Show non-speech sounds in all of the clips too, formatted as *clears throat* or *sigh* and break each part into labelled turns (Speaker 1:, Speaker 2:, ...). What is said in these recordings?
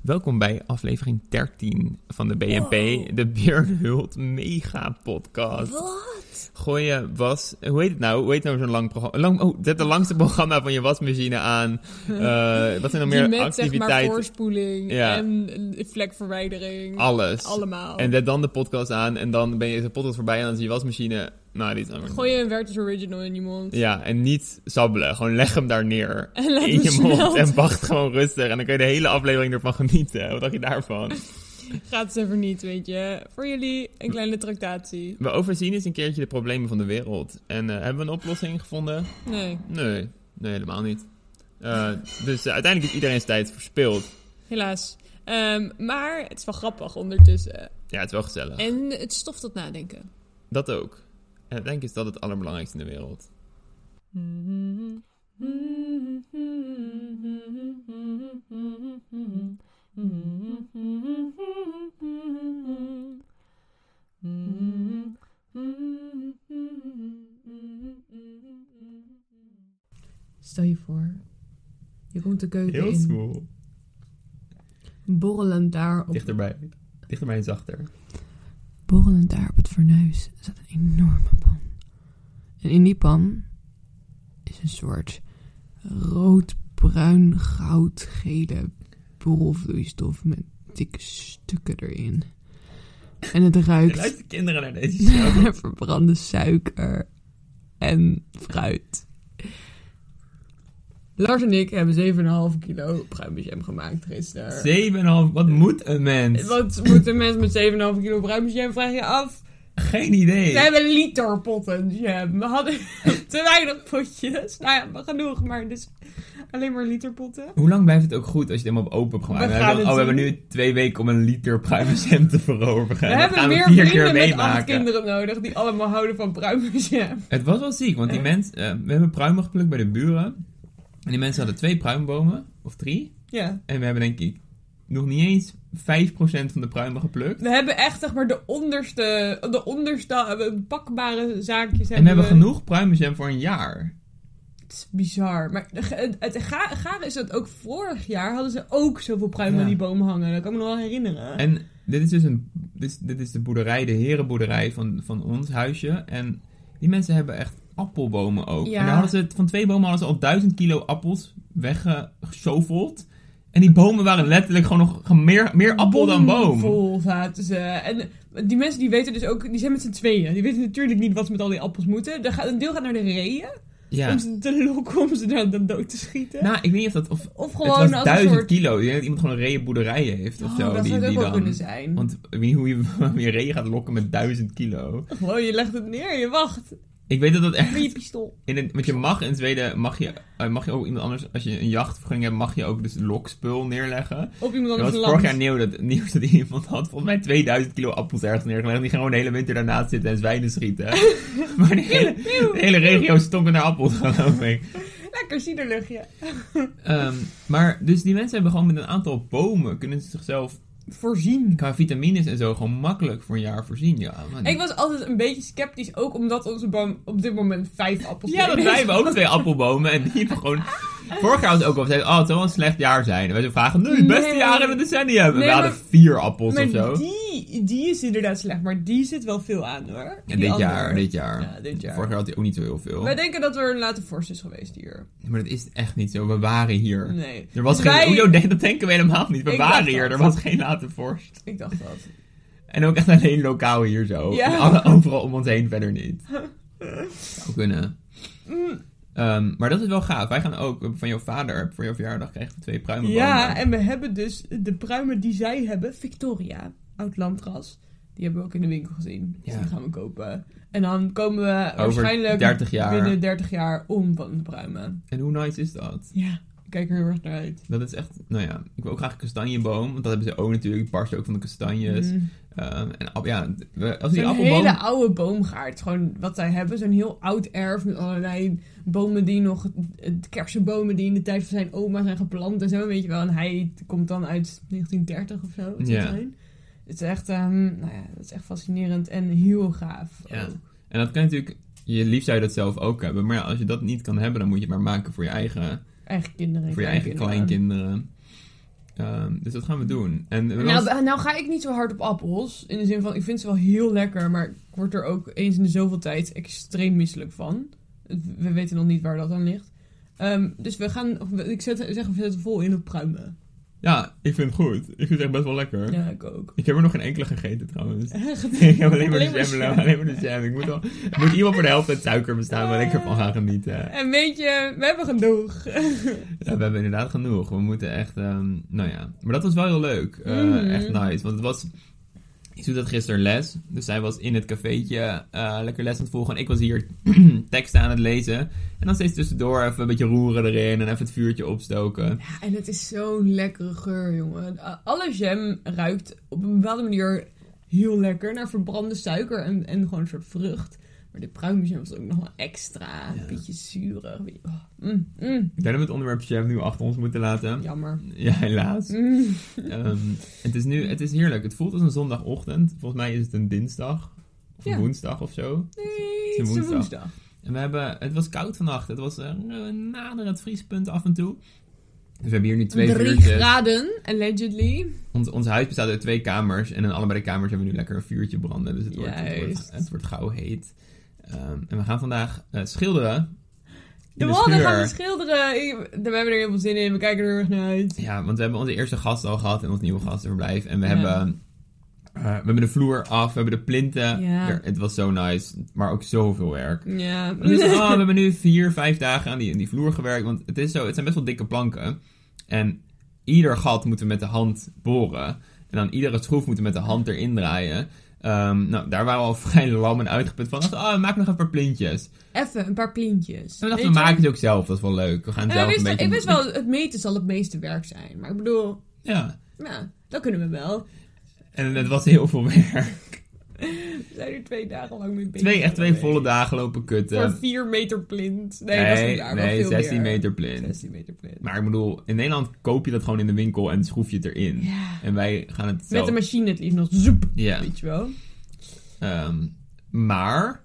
Speaker 1: Welkom bij aflevering 13 van de BNP,
Speaker 2: Wow.
Speaker 1: de Björn Hult Mega Podcast.
Speaker 2: Wat?
Speaker 1: Gooi je was, hoe heet het nou? Hoe heet nou zo'n lang programma? Lang, oh, zet de langste programma van je wasmachine
Speaker 2: *laughs*
Speaker 1: aan. Eh, wat zijn er meer
Speaker 2: Die met zeg maar
Speaker 1: activiteiten?
Speaker 2: voorspoeling
Speaker 1: Ja.
Speaker 2: en vlekverwijdering.
Speaker 1: Alles.
Speaker 2: Allemaal.
Speaker 1: En zet dan de podcast aan en dan ben je de podcast voorbij en dan is je wasmachine. Nou, dit is allemaal-
Speaker 2: Gooi je een Werther's Original in je mond.
Speaker 1: Ja, en niet sabbelen. Gewoon leg hem daar neer
Speaker 2: En laat
Speaker 1: in
Speaker 2: hem
Speaker 1: je mond
Speaker 2: smelten.
Speaker 1: en wacht gewoon rustig. En dan kun je de hele aflevering ervan genieten. Wat dacht je daarvan?
Speaker 2: Gaat het even niet, weet je. Voor jullie een kleine tractatie.
Speaker 1: We overzien eens een keertje de problemen van de wereld. En eh, hebben we een oplossing gevonden?
Speaker 2: Nee,
Speaker 1: Nee, nee helemaal niet. Eh, dus eh, uiteindelijk is iedereen's tijd verspild.
Speaker 2: helaas. Ehm, maar het is wel grappig ondertussen.
Speaker 1: Ja, het is wel gezellig.
Speaker 2: En het stoft tot nadenken.
Speaker 1: Dat ook. En uiteindelijk is dat het allerbelangrijkste in de wereld.
Speaker 3: Stel je voor, je komt de keuken
Speaker 1: Heel
Speaker 3: in,
Speaker 1: smoel.
Speaker 3: borrelend daar, op,
Speaker 1: Dichterbij. Dichterbij en zachter.
Speaker 3: borrelend daar op het fornuis zat een enorme pan. En in die pan is een soort rood-bruin, goud-gele borrelvloeistof met dikke stukken erin. En het
Speaker 1: Je
Speaker 3: ruikt
Speaker 1: luistert kinderen naar deze show.
Speaker 3: naar *laughs* verbrande suiker en fruit. Lars en ik hebben 7,5 kilo pruimenjam gemaakt gisteren.
Speaker 1: 7,5. Wat moet een mens?
Speaker 3: Wat moet een mens met 7,5 kilo pruimenjam? Vraag je af.
Speaker 1: Geen idee.
Speaker 3: We hebben literpotten jam. We hadden *laughs* te weinig potjes. Nou ja, maar genoeg, maar dus alleen maar literpotten.
Speaker 1: Hoe lang blijft het ook goed als je het helemaal op open hebt gemaakt?
Speaker 3: We
Speaker 1: We
Speaker 3: gaan
Speaker 1: hebben, oh, we
Speaker 3: het
Speaker 1: hebben
Speaker 3: doen.
Speaker 1: nu twee weken om een liter pruimensem te veroveren.
Speaker 3: We
Speaker 1: Dat
Speaker 3: hebben
Speaker 1: gaan we
Speaker 3: meer
Speaker 1: vier keer
Speaker 3: vrienden met acht
Speaker 1: meemaken.
Speaker 3: kinderen nodig die allemaal houden van pruimenjam.
Speaker 1: Het was wel ziek, want die mens, eh, we hebben pruimen geplukt bij de buren. En die mensen hadden twee pruimbomen, of drie.
Speaker 3: Ja.
Speaker 1: En we hebben denk ik nog niet eens 5% van de pruimen geplukt.
Speaker 3: We hebben echt zeg maar de onderste, de onderste pakbare zaakjes.
Speaker 1: en we hebben genoeg pruimensem voor een jaar.
Speaker 3: Het is bizar. Maar het, het ga- gare is dat ook vorig jaar hadden ze ook zoveel pruimen
Speaker 1: Ja.
Speaker 3: aan die boom hangen. Dat kan ik me nog wel herinneren.
Speaker 1: En dit is dus een, dit is, dit is de boerderij, de herenboerderij van, van ons huisje. En die mensen hebben echt appelbomen ook.
Speaker 3: Ja.
Speaker 1: En daar hadden ze, het- van twee bomen hadden ze al duizend kilo appels weggeshoveld. En die bomen waren letterlijk gewoon nog ge- meer, meer appel dan boom.
Speaker 3: Vol zaten ze. En die mensen die weten dus ook, die zijn met z'n tweeën. Die weten natuurlijk niet wat ze met al die appels moeten. Er gaat, een deel gaat naar de reeën
Speaker 1: Ja.
Speaker 3: om ze te lokken, om ze dan, dan dood te schieten.
Speaker 1: Nou, ik weet niet of dat... Of,
Speaker 3: of
Speaker 1: het
Speaker 3: gewoon
Speaker 1: was
Speaker 3: als een
Speaker 1: duizend
Speaker 3: soort...
Speaker 1: kilo. Ik denk dat iemand gewoon een reeënboerderij heeft of
Speaker 3: Oh,
Speaker 1: zo.
Speaker 3: dat
Speaker 1: die,
Speaker 3: zou het ook
Speaker 1: die
Speaker 3: wel
Speaker 1: dan...
Speaker 3: kunnen zijn.
Speaker 1: Want ik weet niet hoe je, *laughs* je reeën gaat lokken met duizend kilo.
Speaker 3: Gewoon, Oh, je legt het neer, je wacht.
Speaker 1: Ik weet dat dat echt
Speaker 3: Met je pistool.
Speaker 1: In een- want je mag in Zweden, mag je, eh, mag je ook iemand anders, als je een jachtvergunning hebt, mag je ook dus lokspul neerleggen.
Speaker 3: Op iemand
Speaker 1: Er
Speaker 3: anders
Speaker 1: was
Speaker 3: land.
Speaker 1: vorig jaar nieuw dat, nieuws dat iemand had volgens mij 2000 kilo appels ergens neergelegd. Die gaan gewoon de hele winter daarnaast zitten en zwijnen
Speaker 3: *laughs*
Speaker 1: schieten. maar de hele, de hele regio stonk naar appels, *laughs* geloof ik.
Speaker 3: Lekker ciderluchtje.
Speaker 1: Ehm, maar dus die mensen hebben gewoon met een aantal bomen kunnen ze zichzelf
Speaker 3: Voorzien.
Speaker 1: qua vitamines en zo gewoon makkelijk voor een jaar voorzien. Ja, man.
Speaker 3: Ik was altijd een beetje sceptisch, ook omdat onze boom op dit moment vijf appels
Speaker 1: Ja,
Speaker 3: heeft.
Speaker 1: dat wij hebben ook twee appelbomen. En die hebben gewoon. Vorig jaar was het ook al gezegd: oh, het zal wel een slecht jaar zijn. En wij vragen: nu, het beste
Speaker 3: Nee.
Speaker 1: jaar in het decennium. en
Speaker 3: Nee,
Speaker 1: we
Speaker 3: maar-
Speaker 1: hadden vier appels
Speaker 3: Maar
Speaker 1: of zo.
Speaker 3: die, die is inderdaad slecht, maar die zit wel veel aan hoor.
Speaker 1: en
Speaker 3: Die
Speaker 1: dit
Speaker 3: andere.
Speaker 1: jaar, dit jaar.
Speaker 3: Ja, dit jaar.
Speaker 1: Vorig jaar had hij ook niet zo heel veel.
Speaker 3: Wij denken dat er een late vorst is geweest hier.
Speaker 1: Maar dat is echt niet zo. We waren hier.
Speaker 3: Nee.
Speaker 1: Er was
Speaker 3: Dus
Speaker 1: geen.
Speaker 3: wij-
Speaker 1: Hoezo denk- dat denken we helemaal niet. We
Speaker 3: Ik
Speaker 1: waren
Speaker 3: dacht
Speaker 1: hier.
Speaker 3: dat.
Speaker 1: Er was geen late vorst.
Speaker 3: Ik dacht dat.
Speaker 1: En ook echt alleen lokaal hier zo.
Speaker 3: Ja.
Speaker 1: En alle- overal om ons heen verder niet. Zou kunnen. Ehm, maar dat is wel gaaf. Wij gaan ook eh, van jouw vader, voor jouw verjaardag, krijgen we twee pruimenbomen.
Speaker 3: Ja, en we hebben dus de pruimen die zij hebben, Victoria, oud landras. Die hebben we ook in de winkel gezien. Dus
Speaker 1: Ja.
Speaker 3: die gaan we kopen. En dan komen we waarschijnlijk
Speaker 1: 30 jaar.
Speaker 3: binnen 30 jaar om van de pruimen.
Speaker 1: En hoe nice is dat?
Speaker 3: Ja, ik kijk er heel erg naar uit.
Speaker 1: Dat is echt, nou ja, ik wil ook graag een kastanjeboom, want dat hebben ze ook natuurlijk, die barsten ook van de kastanjes.
Speaker 3: Mm.
Speaker 1: Ehm, en app- ja, we- als die
Speaker 3: Zo'n
Speaker 1: appelboom,
Speaker 3: hele oude boomgaard, gewoon wat zij hebben. Zo'n heel oud erf met allerlei bomen die nog... eh, Kersenbomen die in de tijd van zijn oma zijn geplant en zo, weet je wel. En hij komt dan uit 1930 of zo. het zou
Speaker 1: Ja.
Speaker 3: zijn. Het is echt, ehm, nou ja, dat is echt fascinerend en heel gaaf.
Speaker 1: Ja.
Speaker 3: ook.
Speaker 1: en dat kan je natuurlijk, je liefst zou je dat zelf ook hebben, maar ja, als je dat niet kan hebben, dan moet je het maar maken voor je eigen,
Speaker 3: Eigen kinderen.
Speaker 1: voor je eigen kleinkinderen. Ehm, dus dat gaan we doen. En we
Speaker 2: Nou,
Speaker 1: was-
Speaker 2: b- nou ga ik niet zo hard op appels. In de zin van, ik vind ze wel heel lekker, maar ik word er ook eens in de zoveel tijd extreem misselijk van. Het- We weten nog niet waar dat aan ligt. Ehm, dus we gaan, of we- ik zet, zeg, we zetten vol in op pruimen.
Speaker 1: Ja, ik vind het goed. Ik vind het echt best wel lekker.
Speaker 2: Ja, ik
Speaker 1: *laughs*
Speaker 2: ook.
Speaker 1: Ik heb er nog geen enkele gegeten trouwens. *laughs* ik
Speaker 2: ik
Speaker 1: heb alleen maar de jam. beloofd, Alleen maar de jam. Ik moet, wel, er moet iemand voor de helft uit suiker bestaan waar ik ervan ga genieten.
Speaker 2: En weet je, we hebben genoeg. *laughs*
Speaker 1: Ja, we hebben inderdaad genoeg. We moeten echt, ehm, nou ja. Maar dat was wel heel leuk. Eh,
Speaker 2: Mhm.
Speaker 1: Echt nice. Want het was, ik doe dat gisteren les. Dus zij was in het cafeetje eh, lekker les aan het volgen. En ik was hier *clears throat* teksten aan het lezen. En dan steeds tussendoor even een beetje roeren erin. En even het vuurtje opstoken.
Speaker 2: Ja, en het is zo'n lekkere geur, jongen. Uh, Alle jam ruikt op een bepaalde manier heel lekker naar verbrande suiker en, en gewoon een soort vrucht. Maar de pruimjam is ook nog wel extra,
Speaker 1: Ja.
Speaker 2: een beetje zuurig. een beetje- oh, mm, mm.
Speaker 1: Ik denk dat we het onderwerp jam nu achter ons moeten laten.
Speaker 2: Jammer.
Speaker 1: Ja, helaas.
Speaker 2: Mm.
Speaker 1: Ehm, het is nu, het is heerlijk. Het voelt als een zondagochtend. Volgens mij is het een dinsdag. Of een
Speaker 2: Ja.
Speaker 1: woensdag of zo.
Speaker 2: Nee,
Speaker 1: is
Speaker 2: het is een
Speaker 1: woensdag.
Speaker 2: woensdag.
Speaker 1: En we hebben, het was koud vannacht. Het was eh, nader het vriespunt af en toe. Dus we hebben hier nu twee
Speaker 2: Drie
Speaker 1: vuurtjes.
Speaker 2: graden, allegedly.
Speaker 1: Ons, ons huis bestaat uit twee kamers. En in allebei de kamers hebben we nu lekker een vuurtje branden. Dus het wordt, het wordt,
Speaker 2: Juist.
Speaker 1: het wordt gauw heet. Ehm, en we gaan vandaag eh, schilderen. In
Speaker 2: De
Speaker 1: schuur.
Speaker 2: mannen gaan we schilderen. Ik- we hebben er heel veel zin in. We kijken er heel erg naar uit.
Speaker 1: Ja, want we hebben onze eerste gast al gehad in ons nieuwe gastenverblijf. En we,
Speaker 2: Ja.
Speaker 1: hebben, eh, we hebben de vloer af, we hebben de plinten.
Speaker 2: Ja.
Speaker 1: Er- het was zo nice, maar ook zoveel werk.
Speaker 2: *laughs* Ja.
Speaker 1: Dus, oh, we hebben nu vier, vijf dagen aan die, aan die vloer gewerkt. Want het, is zo, het zijn best wel dikke planken. En ieder gat moeten we met de hand boren. En dan iedere schroef moeten we met de hand erin draaien. Ehm, nou, daar waren we al *laughs* vrij lam en uitgeput van. Dachten, oh, maak nog een paar plintjes.
Speaker 2: Even een paar plintjes.
Speaker 1: En we dachten,
Speaker 2: Weet
Speaker 1: we
Speaker 2: je?
Speaker 1: maken het ook zelf. Dat is wel leuk. We gaan het
Speaker 3: Eh,
Speaker 2: En
Speaker 1: zelf
Speaker 2: we
Speaker 1: een
Speaker 2: wisten-
Speaker 1: beetje...
Speaker 2: Ik wist wel, het meten zal het meeste werk zijn. Maar ik bedoel,
Speaker 1: *laughs* Ja,
Speaker 2: ja, dat kunnen we wel.
Speaker 1: en het was heel veel *laughs* werk.
Speaker 2: We zijn er twee dagen lang mee bezig.
Speaker 1: Twee, echt twee
Speaker 2: geweest.
Speaker 1: volle dagen lopen kutten.
Speaker 2: Voor vier meter plint. Nee, dat is niet waar. maar
Speaker 1: nee,
Speaker 2: veel
Speaker 1: 16
Speaker 2: meer.
Speaker 1: meter plint.
Speaker 2: 16 meter plint.
Speaker 1: Maar ik bedoel, in Nederland koop je dat gewoon in de winkel en schroef je het erin.
Speaker 2: Ja.
Speaker 1: En wij gaan het zelf...
Speaker 2: Met de machine het liefst nog zoep.
Speaker 1: Ja.
Speaker 2: Weet je wel.
Speaker 1: Ehm, maar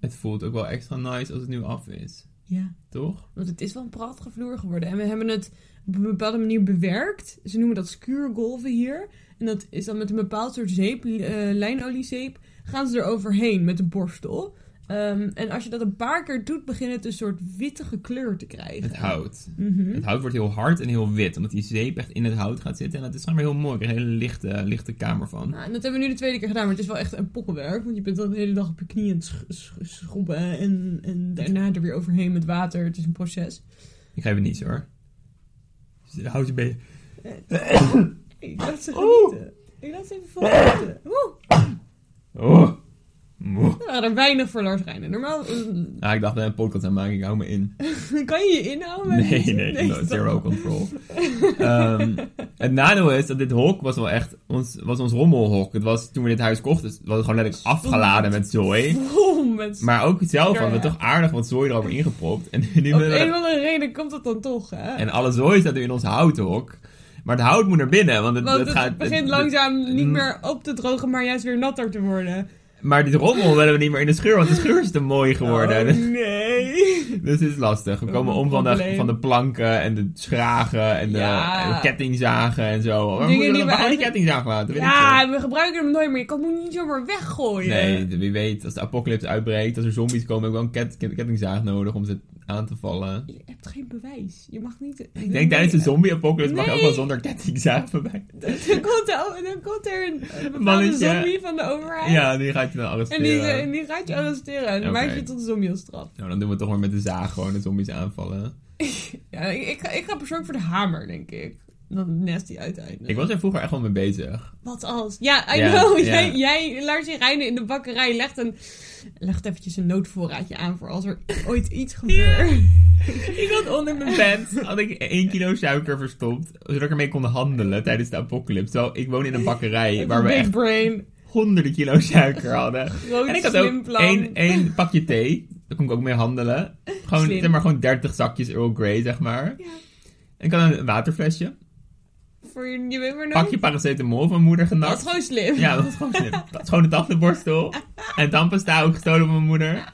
Speaker 1: het voelt ook wel extra nice als het nu af is.
Speaker 2: Ja.
Speaker 1: Toch?
Speaker 2: Want het is wel een prachtige vloer geworden. En we hebben het op een bepaalde manier bewerkt. Ze noemen dat skuurgolven hier. En dat is dan met een bepaald soort zeep, eh, lijnoliezeep, gaan ze er overheen met een borstel. Ehm, en als je dat een paar keer doet, begint het een soort wittige kleur te krijgen.
Speaker 1: Het hout.
Speaker 2: Mhm.
Speaker 1: Het hout wordt heel hard en heel wit. Omdat die zeep echt in het hout gaat zitten. En dat is gewoon weer heel mooi. Ik krijg er een hele lichte, lichte kamer van.
Speaker 2: Nou, en dat hebben we nu de tweede keer gedaan, maar het is wel echt een pokkenwerk. Want je bent dan de hele dag op je knieën aan het sch- sch- schrobben en, en daarna er weer overheen met water. Het is een proces.
Speaker 1: Ik geef het niet hoor. Dus Houd je been.
Speaker 2: Ik laat ze
Speaker 1: Eh, Oeh. Eh.
Speaker 2: genieten. Ik laat ze even volgen. Oeh.
Speaker 1: Oh. Moe.
Speaker 2: We waren Nou, er weinig voor Lars Rijnen. Normaal eh,
Speaker 1: Ah, ik dacht, bij een podcast aan maken. Ik hou me in.
Speaker 2: Kan je je inhouden?
Speaker 1: Nee, nee, no, zero
Speaker 2: *laughs*
Speaker 1: control. Ehm, het nadeel is dat dit hok was wel echt ons, was ons rommelhok. Het was toen we dit huis kochten, was het gewoon letterlijk afgeladen met zooi.
Speaker 2: Vol Oh, met...
Speaker 1: Maar ook zelf
Speaker 2: Ja.
Speaker 1: hadden we toch aardig wat zooi erover ingepropt. En, nu
Speaker 2: Op
Speaker 1: willen we
Speaker 2: een
Speaker 1: dat-
Speaker 2: of andere reden komt dat dan toch, hè?
Speaker 1: en alle zooi staat nu in ons houten hok. Maar het hout moet naar binnen, want het,
Speaker 2: Want
Speaker 1: het
Speaker 2: het,
Speaker 1: gaat...
Speaker 2: begint
Speaker 1: het-
Speaker 2: langzaam niet
Speaker 1: Mm.
Speaker 2: meer op te drogen, maar juist weer natter te worden.
Speaker 1: Maar dit rommel willen we niet meer in de schuur, want de schuur is te mooi geworden.
Speaker 2: Oh,
Speaker 1: *laughs*
Speaker 2: nee.
Speaker 1: Dus het is lastig. We
Speaker 2: Oh,
Speaker 1: komen om van de,
Speaker 2: probleem.
Speaker 1: van de planken en de schragen en de,
Speaker 2: Ja.
Speaker 1: en de kettingzagen en zo. Waar
Speaker 2: Dingen
Speaker 1: moeten we dan
Speaker 2: die we
Speaker 1: van die
Speaker 2: eigenlijk-
Speaker 1: kettingzaag laten? Weet ik veel.
Speaker 2: Ja, we gebruiken hem nooit meer. Je kan hem niet zomaar weggooien.
Speaker 1: Nee, d- wie weet, als de apocalypse uitbreekt, als er zombies komen, heb ik wel een ket- ket- kettingzaag nodig om ze aan te vallen.
Speaker 2: Je hebt geen bewijs. Je mag niet...
Speaker 1: Ik denk tijdens de zombie-apocalypse mag je ook wel
Speaker 2: Nee.
Speaker 1: zonder kettingzaag voorbij.
Speaker 2: *laughs* Dan komt, er, dan komt er een bepaalde
Speaker 1: Mannetje.
Speaker 2: zombie van de overheid.
Speaker 1: Ja, die gaat je dan
Speaker 2: En die,
Speaker 1: arresteren.
Speaker 2: en die gaat je arresteren. En
Speaker 1: Oké.
Speaker 2: maakt je tot zombie als straf.
Speaker 1: Nou, dan doen we toch maar met de zaag gewoon de zombies aanvallen.
Speaker 2: Ja, ik, ik, ga- ik ga persoonlijk voor de hamer, denk ik. Dan nasty uiteindelijk.
Speaker 1: Ik was er vroeger echt wel mee bezig.
Speaker 2: Wat als? Ja, I
Speaker 1: Ja,
Speaker 2: know.
Speaker 1: ja.
Speaker 2: Jij, jij Lars en Reine in de bakkerij legt, een, legt eventjes een noodvoorraadje aan voor als er ooit iets gebeurt.
Speaker 1: Ik had onder mijn
Speaker 2: *laughs*
Speaker 1: bed had ik 1 kilo suiker verstopt, zodat ik ermee kon handelen tijdens de apocalypse. Terwijl ik woon in een bakkerij waar we
Speaker 2: Big
Speaker 1: echt
Speaker 2: brain,
Speaker 1: honderden kilo suiker
Speaker 2: *laughs*
Speaker 1: hadden.
Speaker 2: groot
Speaker 1: En ik had
Speaker 2: slim
Speaker 1: ook
Speaker 2: plan.
Speaker 1: één, één pakje thee. Daar kon ik ook mee handelen. Gewoon,
Speaker 2: Slim.
Speaker 1: zeg maar, gewoon 30 zakjes Earl Grey, zeg maar.
Speaker 2: Ja.
Speaker 1: En ik had een waterflesje.
Speaker 2: Voor je, je weet maar nooit.
Speaker 1: Pakje paracetamol van moeder
Speaker 2: Dat is
Speaker 1: genakt.
Speaker 2: gewoon slim.
Speaker 1: Ja, dat was gewoon slim. Dat was gewoon de tandenborstel. En tandpasta ook gestolen van mijn moeder.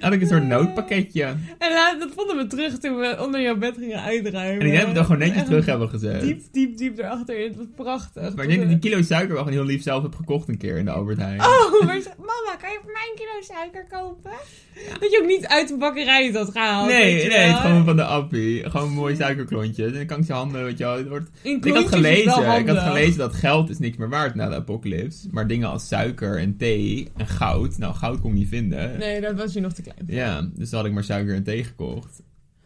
Speaker 1: had ik een soort noodpakketje.
Speaker 2: *laughs* En laat- dat vonden we terug toen we onder jouw bed gingen uitruimen.
Speaker 1: En die hebben we dan gewoon netjes
Speaker 2: Echt
Speaker 1: terug hebben gezet.
Speaker 2: Diep, diep, diep erachter. Het was prachtig.
Speaker 1: Maar ik Eh, denk dat die kilo suiker wel gewoon heel lief zelf heb gekocht een keer in de Albert Heijn.
Speaker 2: *laughs* Oh,
Speaker 1: *laughs*
Speaker 2: maar ze- mama, kan je voor mij een kilo suiker kopen? Dat je ook niet uit de bakkerij het had gehaald. weet
Speaker 1: nee,
Speaker 2: je
Speaker 1: nee, het
Speaker 2: wel.
Speaker 1: is gewoon van de appie. Gewoon mooie suikerklontjes. En dan kan ik ze handen, weet je wel. Het wordt
Speaker 2: In
Speaker 1: Ik had
Speaker 2: klontjes is wel
Speaker 1: gelezen, ik had
Speaker 2: handig.
Speaker 1: gelezen dat geld is niks meer waard na de apocalyps. Maar dingen als suiker en thee en goud. Nou, goud kon ik niet vinden.
Speaker 2: Nee, dat was je nog te klein.
Speaker 1: Ja, dus toen had ik maar suiker en thee gekocht.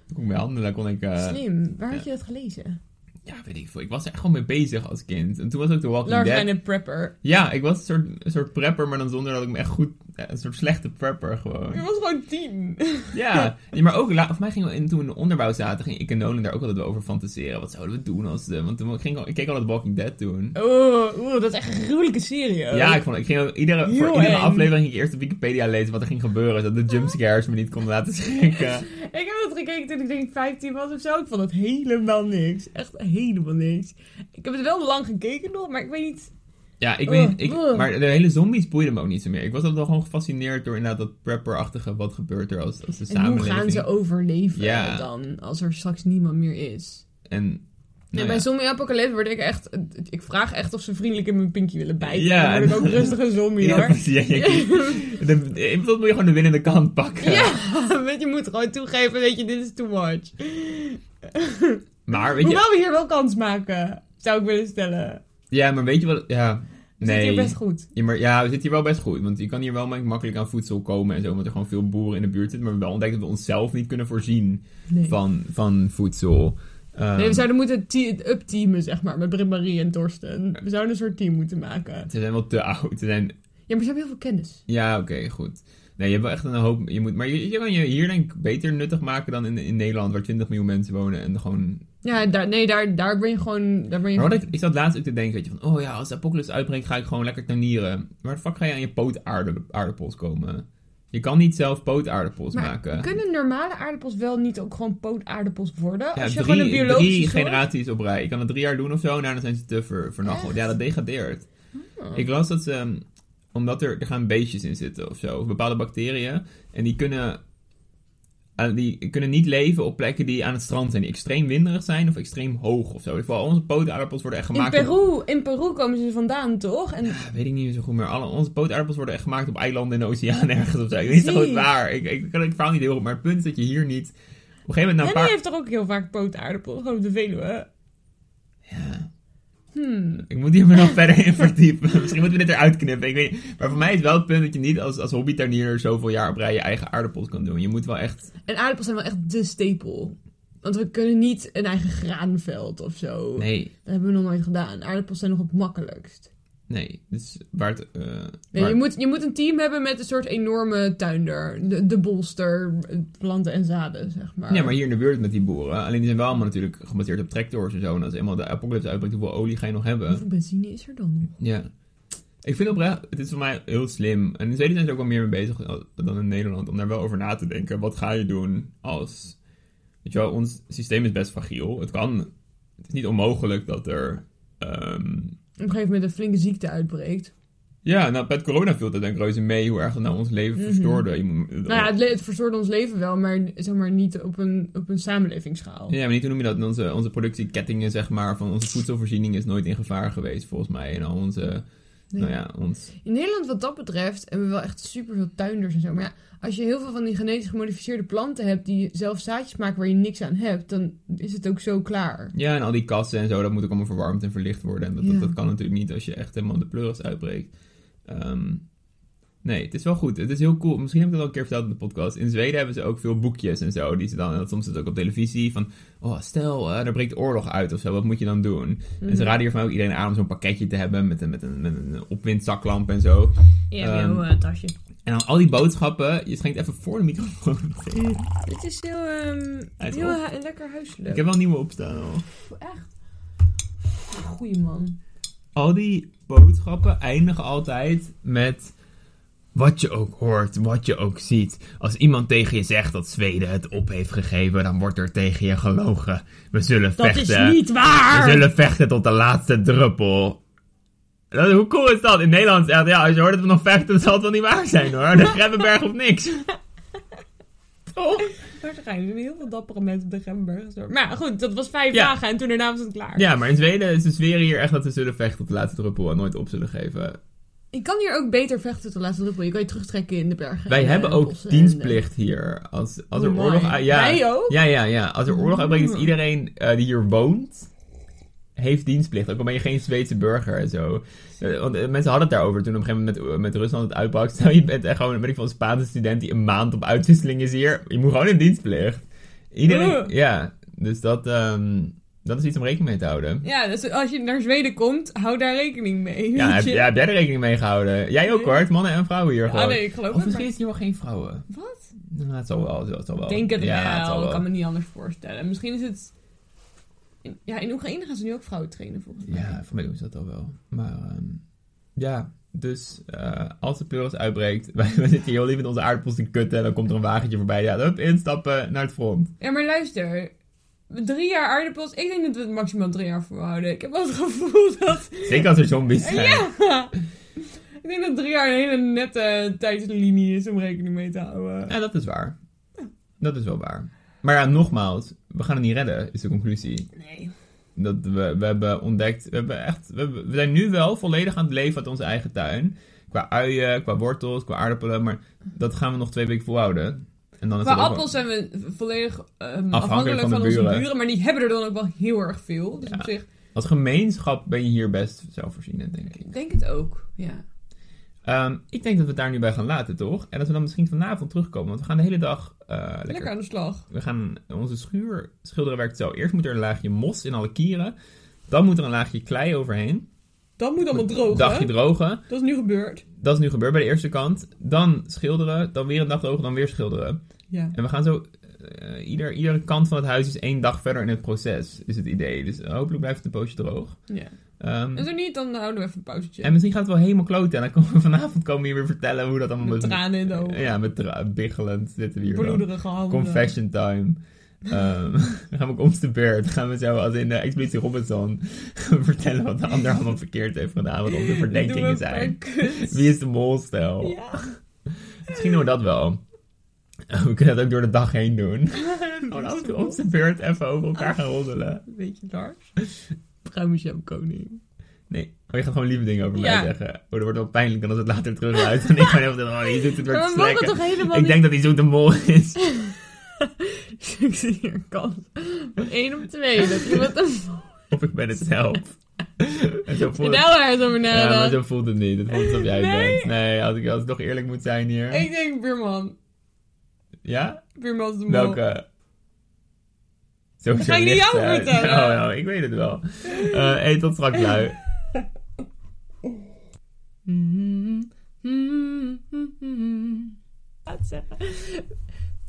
Speaker 1: Toen kon ik mee handelen, kon ik... eh,
Speaker 3: Slim. Waar
Speaker 1: ja.
Speaker 3: had je dat gelezen?
Speaker 1: ja, weet ik veel. Ik was er echt gewoon mee bezig als kind. En toen was ook The Walking
Speaker 2: Large
Speaker 1: Dead.
Speaker 2: en een prepper.
Speaker 1: Ja, ik was een soort, een soort prepper, maar dan zonder dat ik me echt goed... eh, Een soort slechte prepper gewoon.
Speaker 2: Je *laughs* was gewoon
Speaker 1: *laughs*
Speaker 2: tien.
Speaker 1: Ja, nee, maar ook, la- of mij gingen we in, toen we in de onderbouw zaten, ging ik en Nolan daar ook altijd wel over fantaseren. Wat zouden we doen als... de want toen ging, ik al- ik keek altijd Walking Dead toen.
Speaker 2: Oh, oeh, dat is echt een gruwelijke serie. hoor.
Speaker 1: Ja, ik, vond, ik ging ook iedere, voor
Speaker 2: Ehm, Heel
Speaker 1: iedere
Speaker 2: eng. Oh.
Speaker 1: aflevering ging ik eerst op Wikipedia lezen wat er ging gebeuren. Zodat de jumpscares me niet konden laten schrikken.
Speaker 2: Ik heb dat gekeken toen ik denk ik 15 was of zo. Ik vond het helemaal niks. Echt helemaal niks. Ik heb het wel lang gekeken nog, maar ik weet niet...
Speaker 1: Ja, ik
Speaker 2: Oh,
Speaker 1: weet ik,
Speaker 2: oh.
Speaker 1: Maar de hele zombies boeiden me ook niet zo meer. Ik was altijd wel gewoon gefascineerd door inderdaad dat prepper-achtige wat gebeurt er als, als de
Speaker 3: En hoe
Speaker 1: samenleving.
Speaker 3: gaan ze overleven
Speaker 1: Ja.
Speaker 3: dan, als er straks niemand meer is?
Speaker 1: En, nou
Speaker 2: Nee,
Speaker 1: ja.
Speaker 2: bij zombie apocalypse word ik echt... Ik vraag echt of ze vriendelijk in mijn pinkje willen bijten.
Speaker 1: Ja.
Speaker 2: Ja. Dan word ik ook rustig een zombie,
Speaker 1: Ja,
Speaker 2: hoor. *laughs*
Speaker 1: precies. Ja, ja, de- ik bedoel, moet je gewoon de winnende kant pakken.
Speaker 2: Ja, weet je, je moet gewoon toegeven, weet je, dit is too much.
Speaker 1: Maar weet je...
Speaker 2: Hoewel we hier wel kans maken, zou ik willen stellen.
Speaker 1: Ja, maar weet je wat... Ja,
Speaker 2: We zitten
Speaker 1: nee.
Speaker 2: hier best goed.
Speaker 1: Ja, maar ja, we zitten hier wel best goed. Want je kan hier wel makkelijk aan voedsel komen en zo. Omdat er gewoon veel boeren in de buurt zitten. Maar we hebben wel ontdekt dat we onszelf niet kunnen voorzien
Speaker 3: Nee.
Speaker 1: van, van voedsel. Ehm,
Speaker 2: Nee, we zouden moeten te- het upteamen, zeg maar, met Britt Marie en Torsten. We zouden een soort team moeten maken.
Speaker 1: Ze zijn wel te oud. Ze zijn...
Speaker 3: Ja, maar ze hebben heel veel kennis.
Speaker 1: Ja, oké, goed. Nee, je hebt wel echt een hoop... Je moet... Maar je, je kan je hier denk ik beter nuttig maken dan in, in Nederland... waar 20 miljoen mensen wonen en gewoon...
Speaker 3: Ja, daar, nee, daar, daar ben je gewoon... Daar ben je
Speaker 1: Maar wat
Speaker 3: gewoon-
Speaker 1: ik, ik zat laatst ook te denken, weet je, van... Oh ja, als de apocalypse uitbreekt ga ik gewoon lekker tanieren. Waar de fuck ga je aan je poot aarde, aardappels komen? Je kan niet zelf pootaardappels
Speaker 3: Maar
Speaker 1: maken.
Speaker 3: Kunnen normale aardappels wel niet ook gewoon pootaardappels worden?
Speaker 1: Ja,
Speaker 3: als je
Speaker 1: drie,
Speaker 3: gewoon een biologische
Speaker 1: drie
Speaker 3: soort-
Speaker 1: generaties op rij. Ik kan het drie jaar doen of zo, en daarna zijn ze te ver, vernachteld.
Speaker 3: Echt?
Speaker 1: Ja, dat degradeert.
Speaker 3: Oh.
Speaker 1: Ik las dat ze, ehm, omdat er, er gaan beestjes in zitten of zo, of bepaalde bacteriën, en die kunnen, aan- die kunnen niet leven op plekken die aan het strand zijn, die extreem winderig zijn of extreem hoog of zo. Dus vooral onze pootaardappels worden echt
Speaker 3: In
Speaker 1: gemaakt op...
Speaker 3: Peru, in Peru komen ze vandaan,
Speaker 1: *laughs*
Speaker 3: toch? En
Speaker 1: Ja, Weet ik niet meer zo goed, maar alle, onze pootaardappels worden echt gemaakt op eilanden in de oceaan *laughs* ergens of zo. Ik weet niet zo goed
Speaker 3: Jeez.
Speaker 1: waar. Ik, ik, ik kan het verhaal niet heel goed, maar het punt is dat je hier niet... Op een gegeven moment na een
Speaker 2: Henny
Speaker 1: paar...
Speaker 2: heeft toch ook heel vaak pootaardappels, gewoon op de Veluwe.
Speaker 1: Ja.
Speaker 3: Hmm.
Speaker 1: Ik moet hier maar nog *laughs* verder in verdiepen. Misschien moeten we dit eruit knippen. Ik weet niet. Maar voor mij is wel het punt dat je niet als, als hobbytuinier zoveel jaar op rij je eigen aardappels kan doen. Je moet wel echt...
Speaker 3: En aardappels zijn wel echt de stapel. Want we kunnen niet een eigen graanveld of zo.
Speaker 1: Nee,
Speaker 3: Dat hebben we nog nooit gedaan. Aardappels zijn nog het makkelijkst.
Speaker 1: nee. Dus waar het... eh,
Speaker 3: Nee,
Speaker 1: waar-
Speaker 3: je, moet, je moet een team hebben met een soort enorme tuinder. De, de bolster, planten en zaden, zeg maar.
Speaker 1: Ja, maar hier in de buurt met die boeren. Alleen die zijn wel allemaal natuurlijk gebaseerd op tractors en zo. En als eenmaal de apocalypse uitbreekt, hoeveel olie ga je nog hebben?
Speaker 3: Hoeveel benzine is er dan nog?
Speaker 1: Ja. Ik vind oprecht, het is voor mij heel slim. En in Zweden zijn ze ook wel meer mee bezig dan in Nederland. Om daar wel over na te denken. Wat ga je doen als... Weet je wel, ons systeem is best fragiel. Het kan... Het is niet onmogelijk dat er... ehm,
Speaker 3: Op een gegeven moment een flinke ziekte uitbreekt.
Speaker 1: ja, nou, bij het corona viel dat denk ik reuze mee. Hoe erg dat nou ons leven
Speaker 3: Mhm.
Speaker 1: verstoorde. Je moet-
Speaker 3: Nou ja, het, le- het verstoorde ons leven wel, maar zeg maar niet op een, op een samenlevingsschaal.
Speaker 1: Ja, maar niet hoe noem je dat? Onze, onze productiekettingen, zeg maar, van onze voedselvoorziening is nooit in gevaar geweest, volgens mij. En al onze,
Speaker 3: Nee.
Speaker 1: nou ja, ons...
Speaker 3: In Nederland wat dat betreft hebben we wel echt super veel tuinders en zo. Maar ja, als je heel veel van die genetisch gemodificeerde planten hebt die zelf zaadjes maken waar je niks aan hebt, dan is het ook zo klaar.
Speaker 1: Ja, en al die kassen en zo, dat moet ook allemaal verwarmd en verlicht worden. En dat, dat,
Speaker 3: Ja.
Speaker 1: dat kan natuurlijk niet als je echt helemaal de pleuris uitbreekt. Ehm, nee, het is wel goed. Het is heel cool. Misschien heb ik het al een keer verteld in de podcast. In Zweden hebben ze ook veel boekjes en zo. Die ze dan, en dat soms zit ook op televisie van... Oh, stel, eh, er breekt oorlog uit of zo. Wat moet je dan doen? En
Speaker 3: Mhm.
Speaker 1: ze raden hier van ook iedereen aan om zo'n pakketje te hebben met een, met een, met een opwindzaklamp en zo.
Speaker 2: Ja,
Speaker 1: Ehm,
Speaker 2: jouw eh, tasje.
Speaker 1: En dan al die boodschappen, je schenkt even voor de microfoon.
Speaker 3: Het is heel, ehm,
Speaker 1: Uit
Speaker 3: heel
Speaker 1: op.
Speaker 3: hu- lekker huiselijk.
Speaker 1: ik heb wel nieuwe opstaan al.
Speaker 3: Echt. Goeie man.
Speaker 1: Al die boodschappen eindigen altijd met wat je ook hoort, wat je ook ziet. Als iemand tegen je zegt dat Zweden het op heeft gegeven, dan wordt er tegen je gelogen. We zullen
Speaker 2: Dat
Speaker 1: vechten.
Speaker 2: is niet waar!
Speaker 1: We zullen vechten tot de laatste druppel. Dat- hoe cool is dat? In Nederland is echt, ja, als je hoort dat we nog vechten, dan zal het wel niet waar zijn hoor. De Grebbeberg of niks.
Speaker 4: Toch?
Speaker 2: Waarschijnlijk zijn er heel veel dappere mensen bij Gemberg. Zo. Maar goed, dat was vijf
Speaker 1: Ja.
Speaker 2: dagen en toen daarna was het klaar.
Speaker 1: Ja, maar in Zweden, ze zweren hier echt dat ze zullen vechten tot de laatste druppel en nooit op zullen geven.
Speaker 4: Je kan hier ook beter vechten tot de laatste druppel. Je kan je terugtrekken in de bergen.
Speaker 1: Wij
Speaker 4: en,
Speaker 1: hebben
Speaker 4: eh,
Speaker 1: ook
Speaker 4: bossen
Speaker 1: dienstplicht hier. Als, als
Speaker 4: Oh,
Speaker 1: er
Speaker 4: mooi.
Speaker 1: oorlog... uit- Ja,
Speaker 2: Wij ook?
Speaker 1: Ja, ja, ja. Als er oorlog uitbreekt, is
Speaker 2: Mm.
Speaker 1: iedereen eh, die hier woont, heeft dienstplicht. Ook al ben je geen Zweedse burger en zo. Eh, want eh, mensen hadden het daarover toen op een gegeven moment met, met Rusland het uitbrak. *laughs* Stel, je bent echt gewoon, weet ik veel, een Spaanse student die een maand op uitwisseling is hier. Je moet gewoon in dienstplicht. Iedereen,
Speaker 2: Oeh.
Speaker 1: ja. Dus dat, ehm, dat is iets om rekening mee te houden.
Speaker 2: Ja, dus als je naar Zweden komt, hou daar rekening mee. *laughs*
Speaker 1: Ja,
Speaker 2: weet
Speaker 1: heb,
Speaker 2: je.
Speaker 1: ja, heb jij er rekening mee gehouden? Jij ook
Speaker 2: Nee.
Speaker 1: hoor, het mannen en vrouwen hier
Speaker 2: Ah,
Speaker 1: gewoon.
Speaker 2: nee, ik
Speaker 1: Of
Speaker 2: geloof het maar.
Speaker 1: misschien is hier wel geen vrouwen.
Speaker 2: Wat?
Speaker 1: Nou, het zal wel, het zal wel.
Speaker 2: Ik denk het
Speaker 1: ja, het zal
Speaker 2: wel. Ik
Speaker 1: wel.
Speaker 2: kan me niet anders voorstellen. Misschien is het... in- Ja, in Oekraïne gaan ze nu ook vrouwen trainen, volgens mij.
Speaker 1: Ja, voor mij doen ze dat al wel. Maar ehm, ja, dus eh, als de pleuris uitbreekt, *laughs* wij, wij zitten hier heel lief in onze aardappels te kutten en dan komt er een wagentje voorbij. Ja, hup, instappen naar het front.
Speaker 2: Ja, maar luister. Drie jaar aardappels. Ik denk dat we het maximaal drie jaar volhouden. Ik heb wel het gevoel *laughs* dat...
Speaker 1: Zeker als er zombies zijn.
Speaker 2: Ja! Ik denk dat drie jaar een hele nette tijdslinie is om rekening mee te houden.
Speaker 1: Ja, dat is waar. Dat is wel waar. Maar ja, nogmaals, we gaan het niet redden, is de conclusie.
Speaker 2: Nee.
Speaker 1: Dat we, we hebben ontdekt, we, hebben echt, we, hebben- we zijn nu wel volledig aan het leven uit onze eigen tuin. Qua uien, qua wortels, qua aardappelen, maar dat gaan we nog twee weken volhouden. En dan is
Speaker 2: Qua
Speaker 1: dat ook wel-
Speaker 2: appels zijn we volledig ehm, afhankelijk,
Speaker 1: van
Speaker 2: van,
Speaker 1: de
Speaker 2: onze
Speaker 1: buren.
Speaker 2: buren. Maar die hebben er dan ook wel heel erg veel. Dus
Speaker 1: Ja.
Speaker 2: op zich,
Speaker 1: Als gemeenschap ben je hier best zelfvoorzienend, denk ik.
Speaker 2: ik denk het ook. Ja.
Speaker 1: Ehm, ik denk dat we het daar nu bij gaan laten, toch? En dat we dan misschien vanavond terugkomen, want we gaan de hele dag eh, lekker...
Speaker 2: Lekker. aan de slag.
Speaker 1: We gaan onze schuur schilderen werkt zo. Eerst moet er een laagje mos in alle kieren. Dan moet er een laagje klei overheen.
Speaker 2: Dat moet allemaal droog,
Speaker 1: Dagje
Speaker 2: hè?
Speaker 1: drogen.
Speaker 2: Dat is nu gebeurd.
Speaker 1: Dat is nu gebeurd bij de eerste kant. Dan schilderen, dan weer een dag drogen, dan weer schilderen.
Speaker 2: Ja.
Speaker 1: En we gaan zo... eh, ieder, iedere kant van het huis is één dag verder in het proces, is het idee. Dus hopelijk blijft het een poosje droog.
Speaker 2: ja.
Speaker 1: Ehm,
Speaker 2: En zo niet, dan houden we even een pauzetje.
Speaker 1: En misschien gaat het wel helemaal kloten. En dan komen we *laughs* vanavond komen we hier weer vertellen hoe dat allemaal...
Speaker 2: Met tranen in de ogen.
Speaker 1: Ja, met tra- biggelend zitten we Eh, hier. eh, dan.
Speaker 2: Bloederige handen.
Speaker 1: Confession time. Ehm, *laughs* dan gaan we ook om de beurt. Dan gaan we zo als in de Expeditie Robinson *laughs* gaan we vertellen wat de ander allemaal verkeerd heeft gedaan.
Speaker 2: *laughs*
Speaker 1: Wat onze
Speaker 2: Doen we
Speaker 1: verdenkingen
Speaker 2: een
Speaker 1: zijn.
Speaker 2: paar kus.
Speaker 1: Wie is de molstel?
Speaker 2: Ja.
Speaker 1: Misschien doen we dat wel. *laughs* We kunnen dat ook door de dag heen doen.
Speaker 2: *laughs*
Speaker 1: Gewoon als we om de beurt even over elkaar gaan roddelen.
Speaker 2: Een beetje Lars. Bruimjam koning.
Speaker 1: Nee, oh, je gaat gewoon lieve dingen over
Speaker 2: Ja.
Speaker 1: mij zeggen. Oh, dat wordt wel pijnlijk dan als het later terugluistert. en ik ben heel oh, je doet het weer
Speaker 2: Maar
Speaker 1: te
Speaker 2: we mogen
Speaker 1: slekken.
Speaker 2: toch helemaal
Speaker 1: Ik
Speaker 2: niet...
Speaker 1: denk dat hij zoete mol is.
Speaker 2: *laughs* Ik zie hier een kans. Van één op twee. Dat iemand een
Speaker 1: Of ik ben het
Speaker 2: *laughs*
Speaker 1: zelf. en zo voelt het,
Speaker 2: sneller over
Speaker 1: ja, maar
Speaker 2: nadenkt.
Speaker 1: zo voelt het niet. Het voelt alsof jij
Speaker 2: Nee.
Speaker 1: bent. Nee, als ik, als ik nog eerlijk moet zijn hier.
Speaker 2: Ik denk buurman.
Speaker 1: Ja?
Speaker 2: Buurman is de mol.
Speaker 1: Welke? Sowieso
Speaker 2: Ga ik niet
Speaker 1: licht,
Speaker 2: jou
Speaker 1: hè?
Speaker 2: vertellen?
Speaker 1: Nou, nou, ik weet het wel. Eh hey, tot straks, lui.
Speaker 2: *laughs* Hmm, Laat zeggen.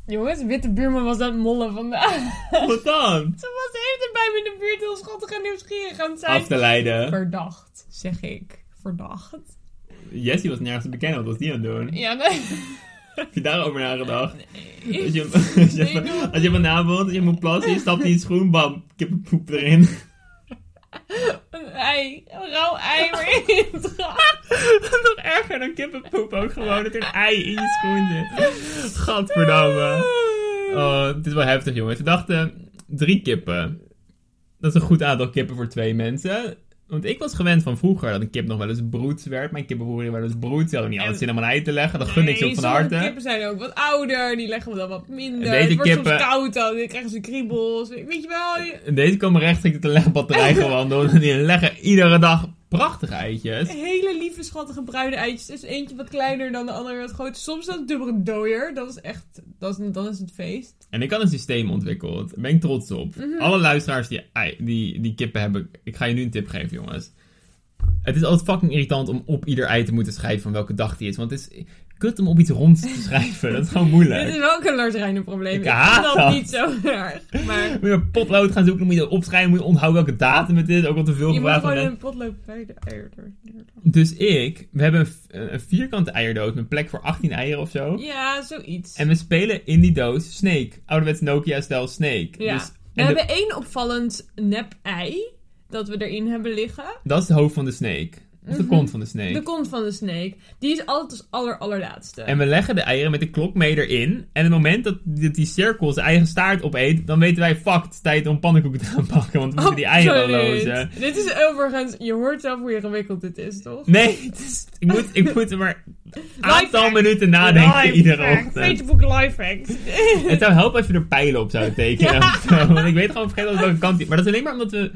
Speaker 2: Jongens, witte buurman was aan het mollen vandaag. *laughs*
Speaker 1: Wat dan?
Speaker 2: Ze was de hele tijd bij me in de buurt heel schattig en nieuwsgierig aan het zijn.
Speaker 1: Af te leiden.
Speaker 2: Verdacht, zeg ik. Verdacht.
Speaker 1: Jessie was nergens te bekennen. Wat was die aan het doen?
Speaker 2: Ja, nee.
Speaker 1: *laughs* Heb je daarover nagedacht?
Speaker 2: Ik-
Speaker 1: Als je, als je,
Speaker 2: Nee, doe-
Speaker 1: als je vanavond je moet plassen, je stapt in je schoen, bam, kippenpoep *laughs* erin.
Speaker 2: Een ei. Een rauw
Speaker 1: *laughs*
Speaker 2: ei maar in het raam.
Speaker 1: Nog erger dan kippenpoep ook gewoon dat er een ei in je schoen zit. Gadverdamme. Oh, het is wel heftig, jongens. We dachten, drie kippen. Dat is een goed aantal kippen voor twee mensen. Want ik was gewend van vroeger dat een kip nog wel eens broed werd. Mijn kippenboeren werden dus broed. Ze hadden niet altijd zin om een ei te leggen. Dat gun ik ze ook
Speaker 2: Nee,
Speaker 1: van
Speaker 2: sommige
Speaker 1: harte.
Speaker 2: kippen zijn ook wat ouder. Die leggen we dan wat minder.
Speaker 1: Deze
Speaker 2: het wordt
Speaker 1: kippen-
Speaker 2: soms koud dan. Dan krijgen ze kriebels. Weet je wel. je-
Speaker 1: Deze komen rechtstreeks uit de
Speaker 2: *laughs*
Speaker 1: legbatterij gewandeld. En die leggen iedere dag prachtige eitjes.
Speaker 2: Hele lieve, schattige bruine eitjes. Dus eentje wat kleiner dan de andere wat groter. Soms dan dubbele dooier. Dat is echt... Dat is, dan is het feest.
Speaker 1: En ik had een systeem ontwikkeld. Daar ben ik trots op.
Speaker 2: Mhm.
Speaker 1: Alle luisteraars die, ei- die, die kippen hebben. Ik ga je nu een tip geven, jongens. Het is altijd fucking irritant om op ieder ei te moeten schrijven van welke dag die is. Want het is kut om op iets ronds
Speaker 2: *laughs*
Speaker 1: te schrijven. Dat is gewoon moeilijk.
Speaker 2: Dit is wel ook een Lars Reiner probleem.
Speaker 1: Ik
Speaker 2: Ik,
Speaker 1: haat
Speaker 2: snap
Speaker 1: dat.
Speaker 2: niet zo erg. Maar
Speaker 1: Moet je een potlood gaan zoeken, dan moet je dat opschrijven, moet je onthouden welke datum het is. Ook al te veel
Speaker 2: je moet
Speaker 1: gevraagd
Speaker 2: gewoon
Speaker 1: van
Speaker 2: een potlood bij de eierdeur.
Speaker 1: mensen. Dus ik, we hebben een v- een vierkante eierdoos met plek voor 18 eieren of zo.
Speaker 2: Ja, zoiets.
Speaker 1: En we spelen in die doos Snake. Ouderwets Nokia-stijl Snake.
Speaker 2: ja.
Speaker 1: Dus,
Speaker 2: we
Speaker 1: en de-
Speaker 2: hebben één opvallend nep-ei dat we erin hebben liggen.
Speaker 1: dat is het hoofd van de Snake. Of de
Speaker 2: Mhm.
Speaker 1: kont van de snake.
Speaker 2: De kont van de snake. Die is altijd als aller allerlaatste.
Speaker 1: En we leggen de eieren met de klokmeter in. En op het moment dat, dat die cirkel zijn eigen staart opeet, dan weten wij, fuck, het is tijd om pannenkoeken te gaan *laughs* bakken, want we moeten die eieren al
Speaker 2: Absoluut.
Speaker 1: lozen.
Speaker 2: Oh, Dit is overigens, je hoort zelf hoe ingewikkeld dit is, toch?
Speaker 1: Nee, het is, ik, moet, ik moet er maar een aantal
Speaker 2: Lifehack.
Speaker 1: minuten nadenken
Speaker 2: Lifehack.
Speaker 1: iedere ochtend.
Speaker 2: Facebook lifehacks.
Speaker 1: Het zou helpen als je er pijlen op zou
Speaker 2: *laughs*
Speaker 1: tekenen.
Speaker 2: Ja.
Speaker 1: of zo, Want ik weet gewoon vergeten welke kant die... Maar dat is alleen maar omdat we,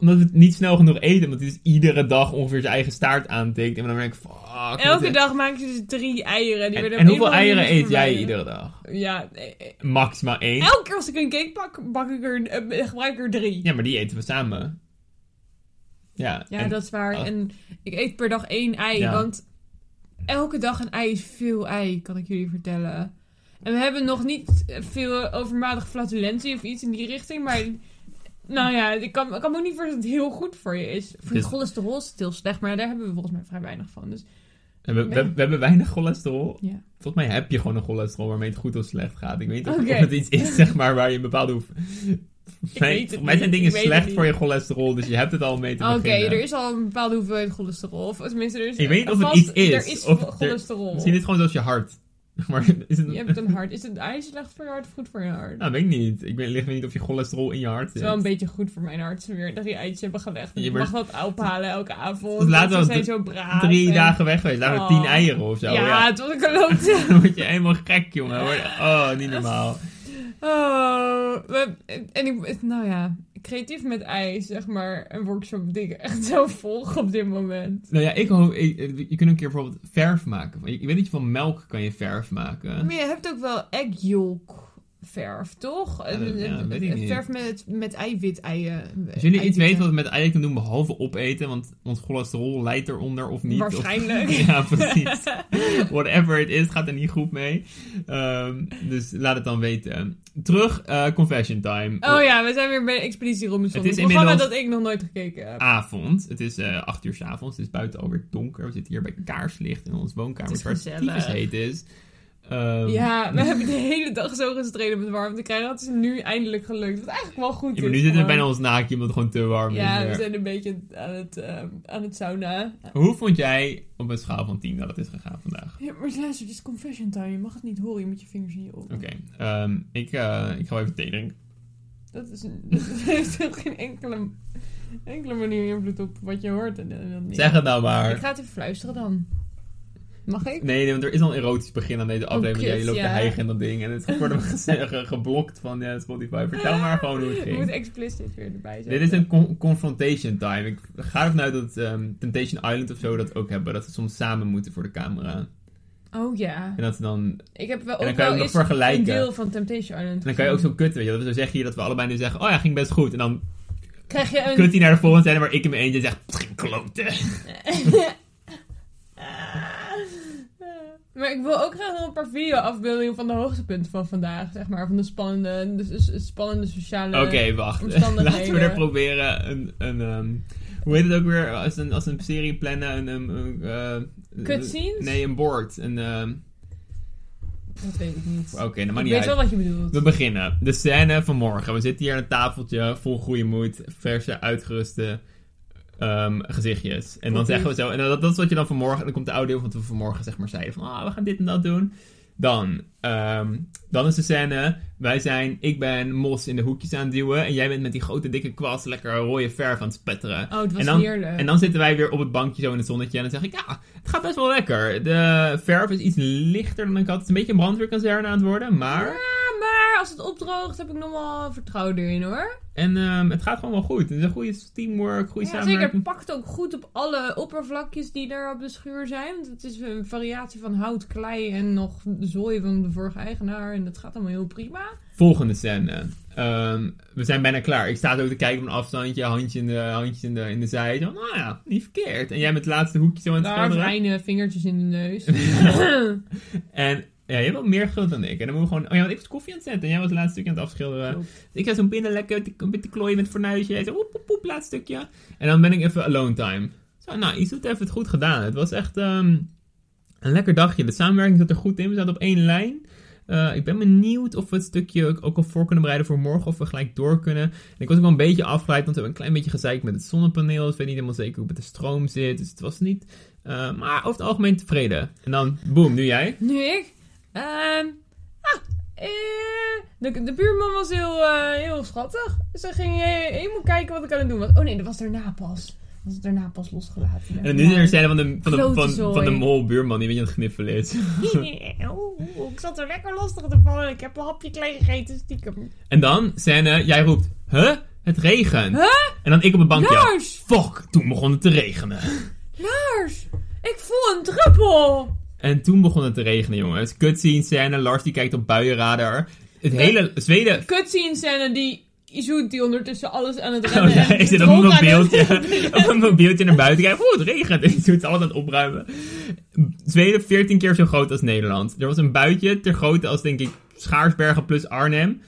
Speaker 1: omdat we het niet snel genoeg eten. Omdat hij dus iedere dag ongeveer zijn eigen staart aantikt. En dan denk ik, fuck.
Speaker 2: Elke
Speaker 1: moet-
Speaker 2: dag maken ze dus drie eieren. Die
Speaker 1: En,
Speaker 2: werden
Speaker 1: en
Speaker 2: op
Speaker 1: hoeveel
Speaker 2: een of andere
Speaker 1: eieren eet
Speaker 2: manier
Speaker 1: jij
Speaker 2: vermijden.
Speaker 1: iedere dag?
Speaker 2: Ja, eh, eh,
Speaker 1: Maximaal één.
Speaker 2: elke keer als ik een cake pak, bak ik er, eh, gebruik ik er drie. Ja,
Speaker 1: Ja, maar die eten we samen. Ja, en-
Speaker 2: dat is waar.
Speaker 1: Ah.
Speaker 2: En ik eet per dag één ei,
Speaker 1: Ja.
Speaker 2: want elke dag een ei is veel ei, kan ik jullie vertellen. En we hebben nog niet eh, veel overmatige flatulentie of iets in die richting, maar...
Speaker 1: *laughs*
Speaker 2: Nou ja, ik kan, ik kan me ook niet voorstellen dat het heel goed voor je is. Voor je
Speaker 1: Dus-
Speaker 2: cholesterol is het heel slecht, maar daar hebben we volgens mij vrij weinig van. Dus
Speaker 1: en we, we, we hebben weinig cholesterol.
Speaker 2: ja.
Speaker 1: Volgens mij heb je gewoon een cholesterol waarmee het goed of slecht gaat. Ik weet niet of,
Speaker 2: Oké.
Speaker 1: of het iets is, *laughs* zeg maar, waar je een bepaalde... hoef- Volgens mij-
Speaker 2: weet het
Speaker 1: volgens mij zijn
Speaker 2: niet,
Speaker 1: dingen
Speaker 2: ik weet het
Speaker 1: slecht
Speaker 2: niet.
Speaker 1: voor je cholesterol, dus je hebt het al mee te
Speaker 2: Ah, Oké,
Speaker 1: beginnen.
Speaker 2: er is al een bepaalde hoeveelheid cholesterol. Of tenminste, er is
Speaker 1: eh, Ik weet niet of het
Speaker 2: vast-
Speaker 1: iets is,
Speaker 2: Er is
Speaker 1: of er-
Speaker 2: cholesterol.
Speaker 1: Misschien is het gewoon zoals je hart. *laughs* Maar is het...
Speaker 2: Je hebt een hart. Is het ei slecht voor je hart of goed voor je
Speaker 1: *laughs*
Speaker 2: hart?
Speaker 1: Nou, weet ik niet. Ik ben, ligt me niet of je cholesterol in je hart
Speaker 2: Het
Speaker 1: zit.
Speaker 2: is wel een beetje goed voor mijn hart. Ze weer dat die eitjes hebben gelegd. En
Speaker 1: Ja,
Speaker 2: ik
Speaker 1: maar-
Speaker 2: mag dat ophalen elke avond.
Speaker 1: Dus laten
Speaker 2: want ze
Speaker 1: we
Speaker 2: zijn
Speaker 1: d-
Speaker 2: zo braaf.
Speaker 1: Drie
Speaker 2: en-
Speaker 1: dagen weg geweest. Laten we
Speaker 2: Oh.
Speaker 1: tien eieren of zo.
Speaker 2: Ja,
Speaker 1: Ja. *laughs*
Speaker 2: het was een klote.
Speaker 1: Dan word je helemaal gek, jongen. Hoor. Oh, niet normaal.
Speaker 2: *laughs* Oh, we- en ik, nou ja, creatief met ei, zeg maar, een workshop die ik echt *laughs* zo volg op dit moment.
Speaker 1: Nou ja, ik hoop... ik- je kunt een keer bijvoorbeeld verf maken. Ik weet dat je van melk kan je verf maken.
Speaker 2: Maar je hebt ook wel egg yolk verf, toch?
Speaker 1: Ja, dat- ja, dat weet ik niet.
Speaker 2: verf met, met eiwit eieren.
Speaker 1: Als jullie iets weten wat we met eieren kunnen doen, behalve opeten, want ons cholesterol leidt eronder of niet. of-
Speaker 2: Waarschijnlijk.
Speaker 1: *laughs* ja, precies. *laughs* Whatever it is, het gaat er niet goed mee. Ehm, dus laat het dan weten. Terug, eh, confession time.
Speaker 2: Oh ja, we zijn weer bij Expeditie Robinson.
Speaker 1: Het
Speaker 2: Het
Speaker 1: is
Speaker 2: is een programma
Speaker 1: inmiddels-
Speaker 2: dat ik nog nooit gekeken heb.
Speaker 1: Avond. Het is eh acht uur 's avonds. Het is buiten alweer donker. We zitten hier bij kaarslicht in ons woonkamer.
Speaker 2: Het is
Speaker 1: waar het
Speaker 2: gezellig.
Speaker 1: tyfus heet is. Ehm,
Speaker 2: *laughs* ja, we hebben de hele dag zo gestreden met warmte krijgen. Dat is nu eindelijk gelukt. Wat eigenlijk wel goed
Speaker 1: ja,
Speaker 2: is.
Speaker 1: maar nu zitten we
Speaker 2: gewoon.
Speaker 1: bijna ons naakje omdat het gewoon te warm is.
Speaker 2: Ja, we
Speaker 1: weer.
Speaker 2: zijn een beetje aan het, ehm, aan het sauna.
Speaker 1: Hoe vond jij op een schaal van 10 dat het is gegaan vandaag?
Speaker 2: Ja, maar luister, dit is confession time. Je mag het niet horen. Je moet je vingers in je oren.
Speaker 1: Oké, ehm, ik, eh, ik ga wel even thee drinken.
Speaker 2: Dat, is, dat *laughs* heeft op geen enkele, enkele manier invloed op wat je hoort. En, en, en-
Speaker 1: Zeg het nou
Speaker 2: Ik
Speaker 1: maar.
Speaker 2: ga het even fluisteren dan. Mag ik?
Speaker 1: Nee, nee, want er is al een erotisch begin aan deze aflevering.
Speaker 2: Oh, kut,
Speaker 1: Jij loopt te
Speaker 2: ja.
Speaker 1: hijgen en dat ding. En het wordt hem *laughs* geze- ge- geblokt van eh, Spotify.
Speaker 2: Ah,
Speaker 1: Vertel maar gewoon hoe het
Speaker 2: *laughs* Je moet
Speaker 1: ging.
Speaker 2: explicit weer erbij zijn.
Speaker 1: Dit is een con- confrontation time. Ik ga ervan uit dat ehm, Temptation Island of zo dat ook hebben. Dat ze soms samen moeten voor de camera.
Speaker 2: Oh ja.
Speaker 1: En dat ze dan...
Speaker 2: Ik heb wel
Speaker 1: En dan kan je
Speaker 2: ook wel
Speaker 1: ook nog
Speaker 2: eens
Speaker 1: vergelijken.
Speaker 2: een deel van Temptation Island.
Speaker 1: En dan kan je ook zo kutten, weet je. wel. Dat we zo zeggen hier dat we allebei nu zeggen... Oh ja, ging best goed. En dan
Speaker 2: Krijg je
Speaker 1: kut
Speaker 2: een...
Speaker 1: hij naar de volgende zijde, maar ik in mijn eentje zeg... "Pff, Klote.
Speaker 2: *laughs* maar ik wil ook graag nog een paar video-afbeeldingen van de hoogtepunten van vandaag, zeg maar. Van de spannende, de, s- s- spannende sociale...
Speaker 1: Oké, wacht.
Speaker 2: Eh, omstandigheden.
Speaker 1: Laten we er proberen een... een ehm, hoe heet het ook weer? Als een, als een serie plannen, een... een, een, eh,
Speaker 2: Cutscenes?
Speaker 1: Nee, een board. Een, ehm,
Speaker 2: Dat weet ik niet.
Speaker 1: Oké, dat maakt niet
Speaker 2: ik weet
Speaker 1: uit.
Speaker 2: wel wat je bedoelt.
Speaker 1: We beginnen. De scène van morgen. We zitten hier aan een tafeltje, vol goede moed, verse, uitgeruste ehm, gezichtjes. En dan
Speaker 2: Oké.
Speaker 1: zeggen we zo, en dat, dat is wat je dan vanmorgen, en dan komt de audio van wat we vanmorgen zeg maar zeiden van, ah, we gaan dit en dat doen. Dan, ehm, dan is de scène, wij zijn, ik ben mos in de hoekjes aan het duwen en jij bent met die grote dikke kwast lekker rode verf aan het spetteren.
Speaker 2: Oh, het was
Speaker 1: En dan-
Speaker 2: heerlijk.
Speaker 1: En dan zitten wij weer op het bankje zo in het zonnetje. En dan zeg ik, ja, het gaat best wel lekker. De verf is iets lichter dan ik had. Het is een beetje een brandweerkazerne aan het worden, maar...
Speaker 2: Ja, maar als het opdroogt heb ik nog wel vertrouwen erin, hoor.
Speaker 1: En ehm, het gaat gewoon wel goed. Het is een goede teamwork, goede
Speaker 2: Ja, zeker. Het
Speaker 1: samenwerking.
Speaker 2: pakt ook goed op alle oppervlakjes die daar op de schuur zijn. Want het is een variatie van hout, klei en nog zooi van de vorige eigenaar. En dat gaat allemaal heel prima.
Speaker 1: Volgende scène. Ehm, we zijn bijna klaar. Ik sta zo te kijken op een afstandje, handje in de, handje in de, in de zij. Zo, nou ja, niet verkeerd. En jij met het laatste hoekje zo aan het
Speaker 2: Daar
Speaker 1: schilderen.
Speaker 2: kleine vingertjes in de neus.
Speaker 1: *laughs* En ja, je hebt wel meer geduld dan ik. En dan moet we gewoon... Oh ja, want ik was koffie aan het zetten. En jij was het laatste stukje aan het afschilderen.
Speaker 2: Klopt.
Speaker 1: Dus ik ga zo binnen lekker te- een beetje klooien met het fornuisje. Hij zo, oep, oep, oep, laatste stukje. En dan ben ik even alone time. Zo, nou, Isoet heeft het goed gedaan. Het was echt ehm, een lekker dagje. De samenwerking zat er goed in. We zaten op één lijn. Eh, ik ben benieuwd of we het stukje ook, ook al voor kunnen bereiden voor morgen. Of we gelijk door kunnen. En ik was ook wel een beetje afgeleid, want we hebben een klein beetje gezeik met het zonnepaneel. Dus ik weet niet helemaal zeker hoe het met de stroom zit. Dus het was niet. eh, maar over het algemeen tevreden. En dan, boem, nu jij.
Speaker 2: Nu ik? Ehm, ah, eh, de, de buurman was heel, eh, heel schattig. Dus hij ging eh, helemaal kijken wat ik aan het doen was. Oh nee, dat was daarna pas. Dat was daarna pas losgelaten.
Speaker 1: En nu de zijde van de, van de,
Speaker 2: Grote
Speaker 1: van,
Speaker 2: zooi.
Speaker 1: van de mol buurman die een beetje aan het gniffelen is. *laughs*
Speaker 2: Oeh, oeh, ik zat er lekker lastig te vallen. Ik heb een hapje klein gegeten, stiekem.
Speaker 1: En dan, scène, jij roept, huh? Het regent.
Speaker 2: Huh?
Speaker 1: En dan ik op het bankje.
Speaker 2: Lars!
Speaker 1: Fuck, toen begon het te regenen.
Speaker 2: Lars! Ik voel een druppel!
Speaker 1: En toen begon het te regenen, jongens. Cutscene scène, Lars die kijkt op buienradar. Het hele Zweden...
Speaker 2: Cutscene scène die Izoet die ondertussen alles aan het
Speaker 1: *laughs* Oh
Speaker 2: rennen
Speaker 1: ja,
Speaker 2: *laughs* en
Speaker 1: ik zit op een
Speaker 2: dronk aan het-
Speaker 1: mobieltje,
Speaker 2: *laughs*
Speaker 1: *laughs* op een mobieltje naar buiten kijken. Oh, het regent. *laughs* En ik doe het allemaal aan het opruimen. Zweden 14 keer zo groot als Nederland. Er was een buitje ter grootte als, denk ik, Schaarsbergen plus Arnhem.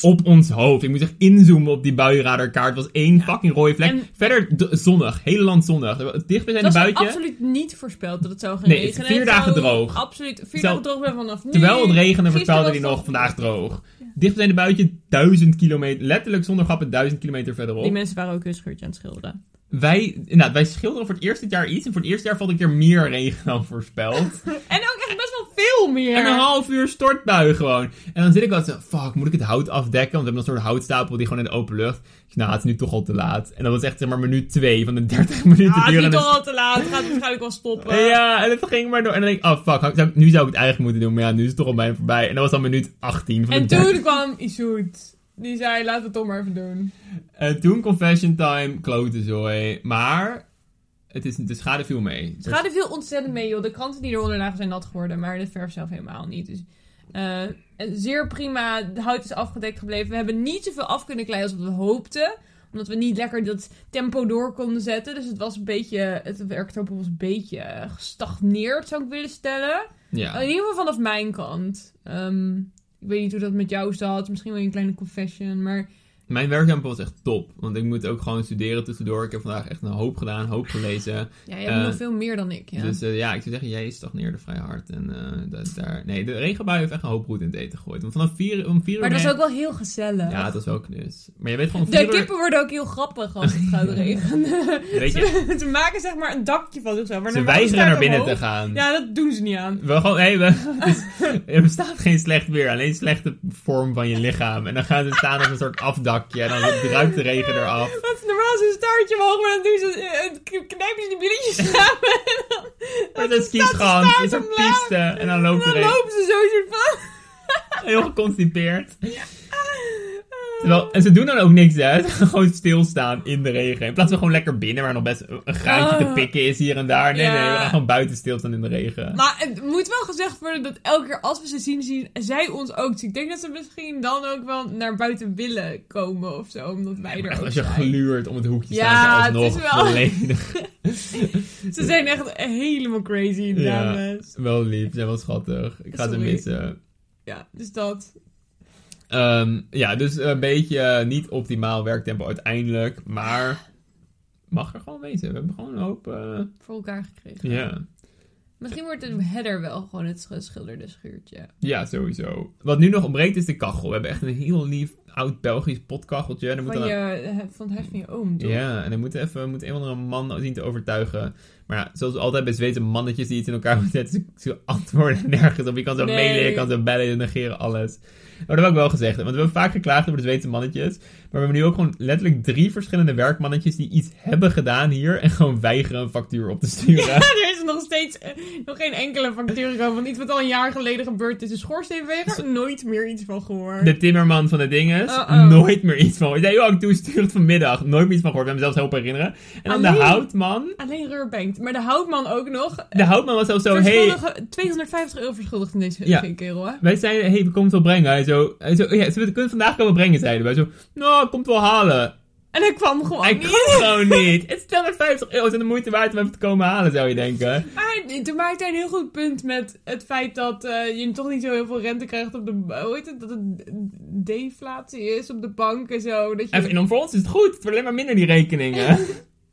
Speaker 1: Op ons hoofd. Ik moet echt inzoomen op die buienradarkaart. Het was één fucking rode vlek.
Speaker 2: En-
Speaker 1: Verder d- zonnig. Hele land zonnig. Dicht bij zijn
Speaker 2: Dat was
Speaker 1: buitje.
Speaker 2: absoluut niet voorspeld dat het zou gaan
Speaker 1: Nee,
Speaker 2: regenen.
Speaker 1: vier
Speaker 2: Het
Speaker 1: dagen
Speaker 2: zou
Speaker 1: droog.
Speaker 2: Absoluut, vier
Speaker 1: Zo-
Speaker 2: dagen droog ben vanaf nu.
Speaker 1: Terwijl het regende
Speaker 2: Gisteren
Speaker 1: voorspelde
Speaker 2: was
Speaker 1: hij
Speaker 2: het-
Speaker 1: nog vandaag droog. Dicht bij de buitje, duizend kilometer, letterlijk zonder grappen, duizend kilometer
Speaker 2: Die
Speaker 1: verderop.
Speaker 2: mensen waren ook hun schuurtje aan het schilderen.
Speaker 1: Wij, nou, wij schilderen voor het eerste jaar iets en voor het eerste jaar valt een keer meer regen dan voorspeld.
Speaker 2: En ook echt best wel veel meer.
Speaker 1: En een half uur stortbui gewoon. En dan zit ik altijd zo, fuck, moet ik het hout afdekken? Want we hebben een soort houtstapel die gewoon in de open lucht. Ik zeg, nou, het is nu toch al te laat. En dat was echt zeg maar minuut 2 van de 30 *laughs* minuten
Speaker 2: Ah, het is nu
Speaker 1: durende
Speaker 2: toch al te laat. Het gaat waarschijnlijk wel stoppen.
Speaker 1: Ja, en het ging maar door. En dan denk ik, oh fuck, zou ik- nu zou ik het eigenlijk moeten doen. Maar ja, nu is het toch al bijna voorbij. En dat was dan minuut 18 van de
Speaker 2: En
Speaker 1: 30.
Speaker 2: toen kwam Izoet. Die zei, laten we het toch maar even doen.
Speaker 1: En toen Confession Time, klote zooi. Maar het is, de schade viel mee.
Speaker 2: Het gaat er veel ontzettend mee, joh. De kranten die eronder lagen zijn nat geworden, maar de verf zelf helemaal niet. Dus, eh, en zeer prima. Het hout is afgedekt gebleven. We hebben niet zoveel af kunnen kleien als we hoopten. Omdat we niet lekker dat tempo door konden zetten. Dus het was een beetje... Het werktempo was een beetje eh, gestagneerd, zou ik willen stellen.
Speaker 1: Ja.
Speaker 2: In ieder geval vanaf mijn kant. Ehm, ik weet niet hoe dat met jou zat. Misschien wel een kleine confession, maar...
Speaker 1: Mijn werktempo was echt top. Want ik moet ook gewoon studeren tussendoor. Ik heb vandaag echt een hoop gedaan, een hoop gelezen.
Speaker 2: Ja, jij hebt
Speaker 1: Eh,
Speaker 2: nog veel meer dan ik, ja.
Speaker 1: Dus eh, ja, ik zou zeggen, jij stagneerde vrij hard. En eh, dat, daar... Nee, de regenbui heeft echt een hoop goed in het eten gegooid. Want vanaf vier, om vier uur...
Speaker 2: maar dat is
Speaker 1: ben-
Speaker 2: ook wel heel gezellig.
Speaker 1: Ja, dat is ook knus. Maar je weet gewoon... om
Speaker 2: De
Speaker 1: vier uur-
Speaker 2: kippen worden ook heel grappig als
Speaker 1: *laughs*
Speaker 2: het gaat regenen.
Speaker 1: Weet
Speaker 2: *laughs*
Speaker 1: je,
Speaker 2: Ze, ze maken zeg maar een dakje van zichzelf. maar
Speaker 1: ze
Speaker 2: normaal
Speaker 1: weigeren
Speaker 2: staat
Speaker 1: naar binnen
Speaker 2: omhoog.
Speaker 1: te gaan.
Speaker 2: Ja, dat doen ze niet aan.
Speaker 1: We gewoon, hey, we, *laughs* dus er bestaat geen slecht weer, alleen slechte vorm van je lichaam. En dan gaan ze staan op een soort afdakje en dan ruikt de regen eraf.
Speaker 2: Want normaal is een staartje omhoog, maar dan doen ze, eh, eh, knijpen ze die billetjes
Speaker 1: *laughs*
Speaker 2: samen. en dan-
Speaker 1: Maar dat is
Speaker 2: de
Speaker 1: kiesgans,
Speaker 2: staart
Speaker 1: een soort
Speaker 2: omlaag.
Speaker 1: piste en dan
Speaker 2: En
Speaker 1: loopt de
Speaker 2: dan
Speaker 1: regen.
Speaker 2: lopen ze zo een soort van.
Speaker 1: Heel geconstipeerd.
Speaker 2: Eh,
Speaker 1: Terwijl, en ze doen dan ook niks, hè. Ze gaan *laughs* gewoon stilstaan in de regen. In plaats van gewoon lekker binnen, waar nog best een gaatje te
Speaker 2: Ah.
Speaker 1: pikken is hier en daar. Nee,
Speaker 2: Ja.
Speaker 1: nee, we gaan gewoon buiten stilstaan in de regen.
Speaker 2: Maar het moet wel gezegd worden dat elke keer als we ze zien, zien zij ons ook. Dus ik denk dat ze misschien dan ook wel naar buiten willen komen of zo, omdat wij
Speaker 1: Maar
Speaker 2: er
Speaker 1: echt,
Speaker 2: ook
Speaker 1: als je
Speaker 2: zijn.
Speaker 1: gluurt om het hoekje
Speaker 2: Ja,
Speaker 1: staan ze
Speaker 2: het
Speaker 1: alsnog
Speaker 2: is wel-
Speaker 1: volledig. *laughs*
Speaker 2: Ze zijn echt helemaal crazy,
Speaker 1: Ja.
Speaker 2: dames.
Speaker 1: Wel lief, ze zijn wel schattig. Ik ga ze
Speaker 2: Sorry.
Speaker 1: missen.
Speaker 2: Ja, dus dat.
Speaker 1: Ehm, ja, dus een beetje eh, niet optimaal werktempo uiteindelijk. Maar mag er gewoon wezen. We hebben gewoon een hoop. eh,
Speaker 2: Voor elkaar gekregen.
Speaker 1: ja.
Speaker 2: Misschien wordt de header wel gewoon het geschilderde schuurtje.
Speaker 1: ja, sowieso. Wat nu nog ontbreekt is de kachel. We hebben echt een heel lief oud Belgisch potkacheltje. En dan moet
Speaker 2: Van,
Speaker 1: dan-
Speaker 2: je, eh, van het huis van je oom, toch?
Speaker 1: Ja, en dan moet even moet een of andere man zien te overtuigen. Maar ja, zoals altijd bij Zweedse mannetjes die iets in elkaar *laughs* moeten zetten, ze- ze antwoorden nergens op. Je kan zo
Speaker 2: Nee.
Speaker 1: mailen, je kan zo bellen, je negeren alles. Maar dat heb ik wel gezegd, want we hebben vaak geklaagd over de Zweedse mannetjes. Maar we hebben nu ook gewoon letterlijk drie verschillende werkmannetjes die iets hebben gedaan hier en gewoon weigeren een factuur op te sturen.
Speaker 2: Ja, *laughs* er is nog steeds eh, nog geen enkele factuur gekomen van iets wat al een jaar geleden gebeurd is. De schoorsteenveger, nooit meer iets van gehoord.
Speaker 1: De timmerman van de dinges,
Speaker 2: Uh-oh.
Speaker 1: nooit meer iets van. Ik zei, joh, ik toestuur het vanmiddag. Nooit meer iets van gehoord, we hebben hem zelfs helpen herinneren. En dan de
Speaker 2: Alleen.
Speaker 1: houtman.
Speaker 2: Alleen Reurbank. Maar de houtman ook nog.
Speaker 1: De houtman was zelfs zo, hey,
Speaker 2: Verschuldige- 250 euro verschuldigd in deze
Speaker 1: Ja.
Speaker 2: geen kerel, hè?
Speaker 1: Wij zeiden, hey, we komen het wel brengen. Hij zo, hij zo ja, ze kunnen het vandaag komen brengen, zeiden wij. Zo, nou, komt wel halen.
Speaker 2: En hij kwam gewoon
Speaker 1: Hij
Speaker 2: niet.
Speaker 1: kan
Speaker 2: *laughs*
Speaker 1: gewoon niet. Het is 250 euro, het is de moeite waard om even te komen halen, zou je denken.
Speaker 2: Maar hij- toen maakte hij een heel goed punt met het feit dat eh, je toch niet zo heel veel rente krijgt op de... Hoe heet het? Dat het deflatie is op de bank en zo. Dat je... *laughs*
Speaker 1: En voor ons is het goed, het wordt alleen maar minder die rekeningen.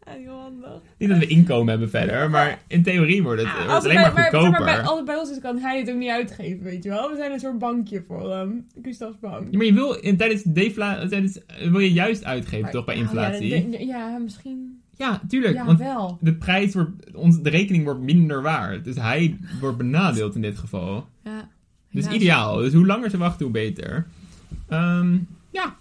Speaker 2: Ja, heel Ah, handig.
Speaker 1: Niet dat we inkomen hebben verder, maar in theorie wordt het,
Speaker 2: Ah,
Speaker 1: wordt
Speaker 2: als
Speaker 1: het alleen
Speaker 2: bij-
Speaker 1: maar goedkoper.
Speaker 2: bij, als het bij ons is, kan hij het ook niet uitgeven, weet je wel. We zijn een soort bankje voor hem. Gustav's bank.
Speaker 1: Ja, maar je wil in, tijdens deflatie tijdens, eh, wil je juist uitgeven
Speaker 2: Maar-
Speaker 1: toch bij
Speaker 2: oh,
Speaker 1: inflatie?
Speaker 2: Ja,
Speaker 1: Ja,
Speaker 2: dat- ja, ja, misschien.
Speaker 1: tuurlijk.
Speaker 2: Ja,
Speaker 1: want
Speaker 2: wel.
Speaker 1: de prijs wordt, ons, de rekening wordt minder waard. Dus hij wordt benadeeld in dit geval.
Speaker 2: Ja.
Speaker 1: Dus
Speaker 2: Ja.
Speaker 1: ideaal. Dus hoe langer ze wachten, hoe beter. Ehm, ja.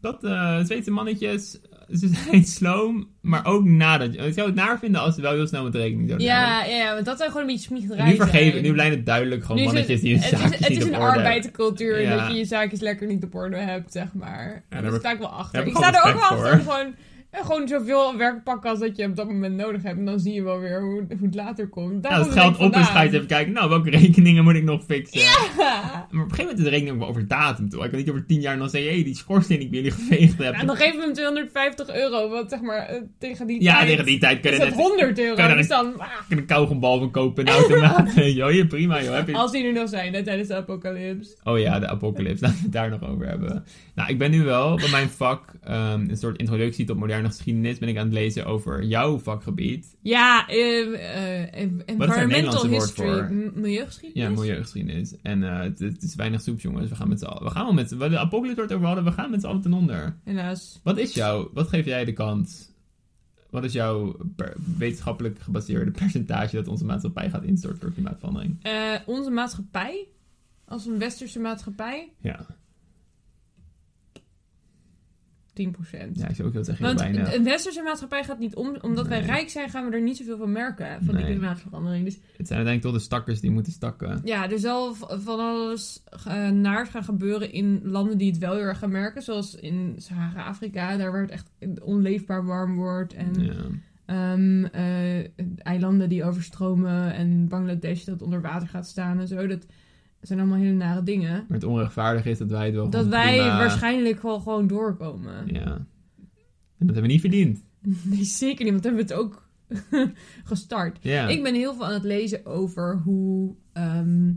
Speaker 1: Dat eh, Zweedse mannetjes, ze *laughs* zijn sloom, maar ook nadat. Ik zou het naar vinden als ze wel heel snel met de rekening zouden nemen.
Speaker 2: Ja, ja, want dat zijn gewoon een beetje
Speaker 1: En
Speaker 2: smiegerijzen.
Speaker 1: Nu vergeven, nu blijven het duidelijk gewoon
Speaker 2: Nu is
Speaker 1: mannetjes
Speaker 2: het-
Speaker 1: die hun
Speaker 2: het is,
Speaker 1: zaakjes
Speaker 2: het
Speaker 1: niet
Speaker 2: is
Speaker 1: op
Speaker 2: een
Speaker 1: orde hebben.
Speaker 2: arbeidscultuur
Speaker 1: Ja.
Speaker 2: dat je je zaakjes lekker niet op orde hebt, zeg maar.
Speaker 1: daar heb
Speaker 2: En daar
Speaker 1: ik-
Speaker 2: sta ik wel achter.
Speaker 1: heb
Speaker 2: Ik
Speaker 1: ik
Speaker 2: sta
Speaker 1: wel
Speaker 2: er ook wel
Speaker 1: respect
Speaker 2: achter. Gewoon, eh, gewoon zoveel werk pakken als dat je op dat moment nodig hebt. En dan zie je wel weer hoe, hoe het later komt.
Speaker 1: Ja, als
Speaker 2: Daarom
Speaker 1: het
Speaker 2: ben ik
Speaker 1: geld op is, ga je
Speaker 2: vandaan.
Speaker 1: eens even kijken, nou, welke *laughs* rekeningen moet ik nog fixen?
Speaker 2: Ja.
Speaker 1: Maar op een gegeven moment is de rekening ook wel over datum, toch? Ik kan niet over tien jaar nog zeggen, hé, die schoorsteen die ik bij jullie geveegd heb.
Speaker 2: En dan geven we hem 250 euro, want zeg maar eh, tegen die
Speaker 1: ja,
Speaker 2: tijd
Speaker 1: tegen die tijd
Speaker 2: is
Speaker 1: kunnen
Speaker 2: dat
Speaker 1: net
Speaker 2: 100
Speaker 1: kan
Speaker 2: euro.
Speaker 1: er
Speaker 2: Dus
Speaker 1: een-
Speaker 2: dan, ah,
Speaker 1: kan een kauwgombal van kopen in
Speaker 2: *laughs*
Speaker 1: een automaat. Weet je wel, hier, prima, joh. Heb je...
Speaker 2: als die er nog zijn, hè, tijdens de apocalypse.
Speaker 1: Oh ja, de apocalypse. *laughs* Laten we het daar nog over hebben. Nou, ik ben nu wel bij mijn vak, ehm, een soort introductie tot moderne geschiedenis, ben ik aan het lezen over jouw vakgebied.
Speaker 2: Ja, eh, eh, environmental
Speaker 1: Nederlandse woord
Speaker 2: history,
Speaker 1: voor?
Speaker 2: M- milieugeschiedenis.
Speaker 1: Ja, milieugeschiedenis. En eh, het, het is weinig soep, jongens. We gaan met z'n allen. We gaan wel met z'n- waar de apocalypse wordt over hadden, we gaan met z'n allen ten onder.
Speaker 2: Helaas.
Speaker 1: Wat is jouw, wat geef jij de kans? Wat is jouw per- wetenschappelijk gebaseerde *laughs* percentage dat onze maatschappij gaat instorten door klimaatverandering?
Speaker 2: Eh, onze maatschappij, als een westerse maatschappij,
Speaker 1: Ja,
Speaker 2: 10%.
Speaker 1: ja ik zou ook heel zeggen, heel
Speaker 2: Want
Speaker 1: weinig.
Speaker 2: een westerse maatschappij gaat niet om, omdat wij
Speaker 1: Nee.
Speaker 2: rijk zijn, gaan we er niet zoveel van merken van
Speaker 1: Nee.
Speaker 2: die klimaatverandering. Dus
Speaker 1: Het zijn uiteindelijk toch de stakkers die moeten stakken.
Speaker 2: ja, er zal v- van alles eh, naars gaan gebeuren in landen die het wel heel erg gaan merken, zoals in Sahara-Afrika, daar waar het echt onleefbaar warm wordt. En
Speaker 1: Ja.
Speaker 2: Ehm, eh, eilanden die overstromen en Bangladesh dat onder water gaat staan en zo. Dat zijn allemaal hele nare dingen.
Speaker 1: Maar het onrechtvaardig is dat wij het wel
Speaker 2: Dat
Speaker 1: gewoon
Speaker 2: wij
Speaker 1: prima-
Speaker 2: waarschijnlijk wel gewoon doorkomen.
Speaker 1: Ja. En dat hebben we niet verdiend.
Speaker 2: *laughs* Nee, zeker niet, want dan hebben we het ook *laughs* gestart.
Speaker 1: Ja.
Speaker 2: Ik ben heel veel aan het lezen over hoe, ehm,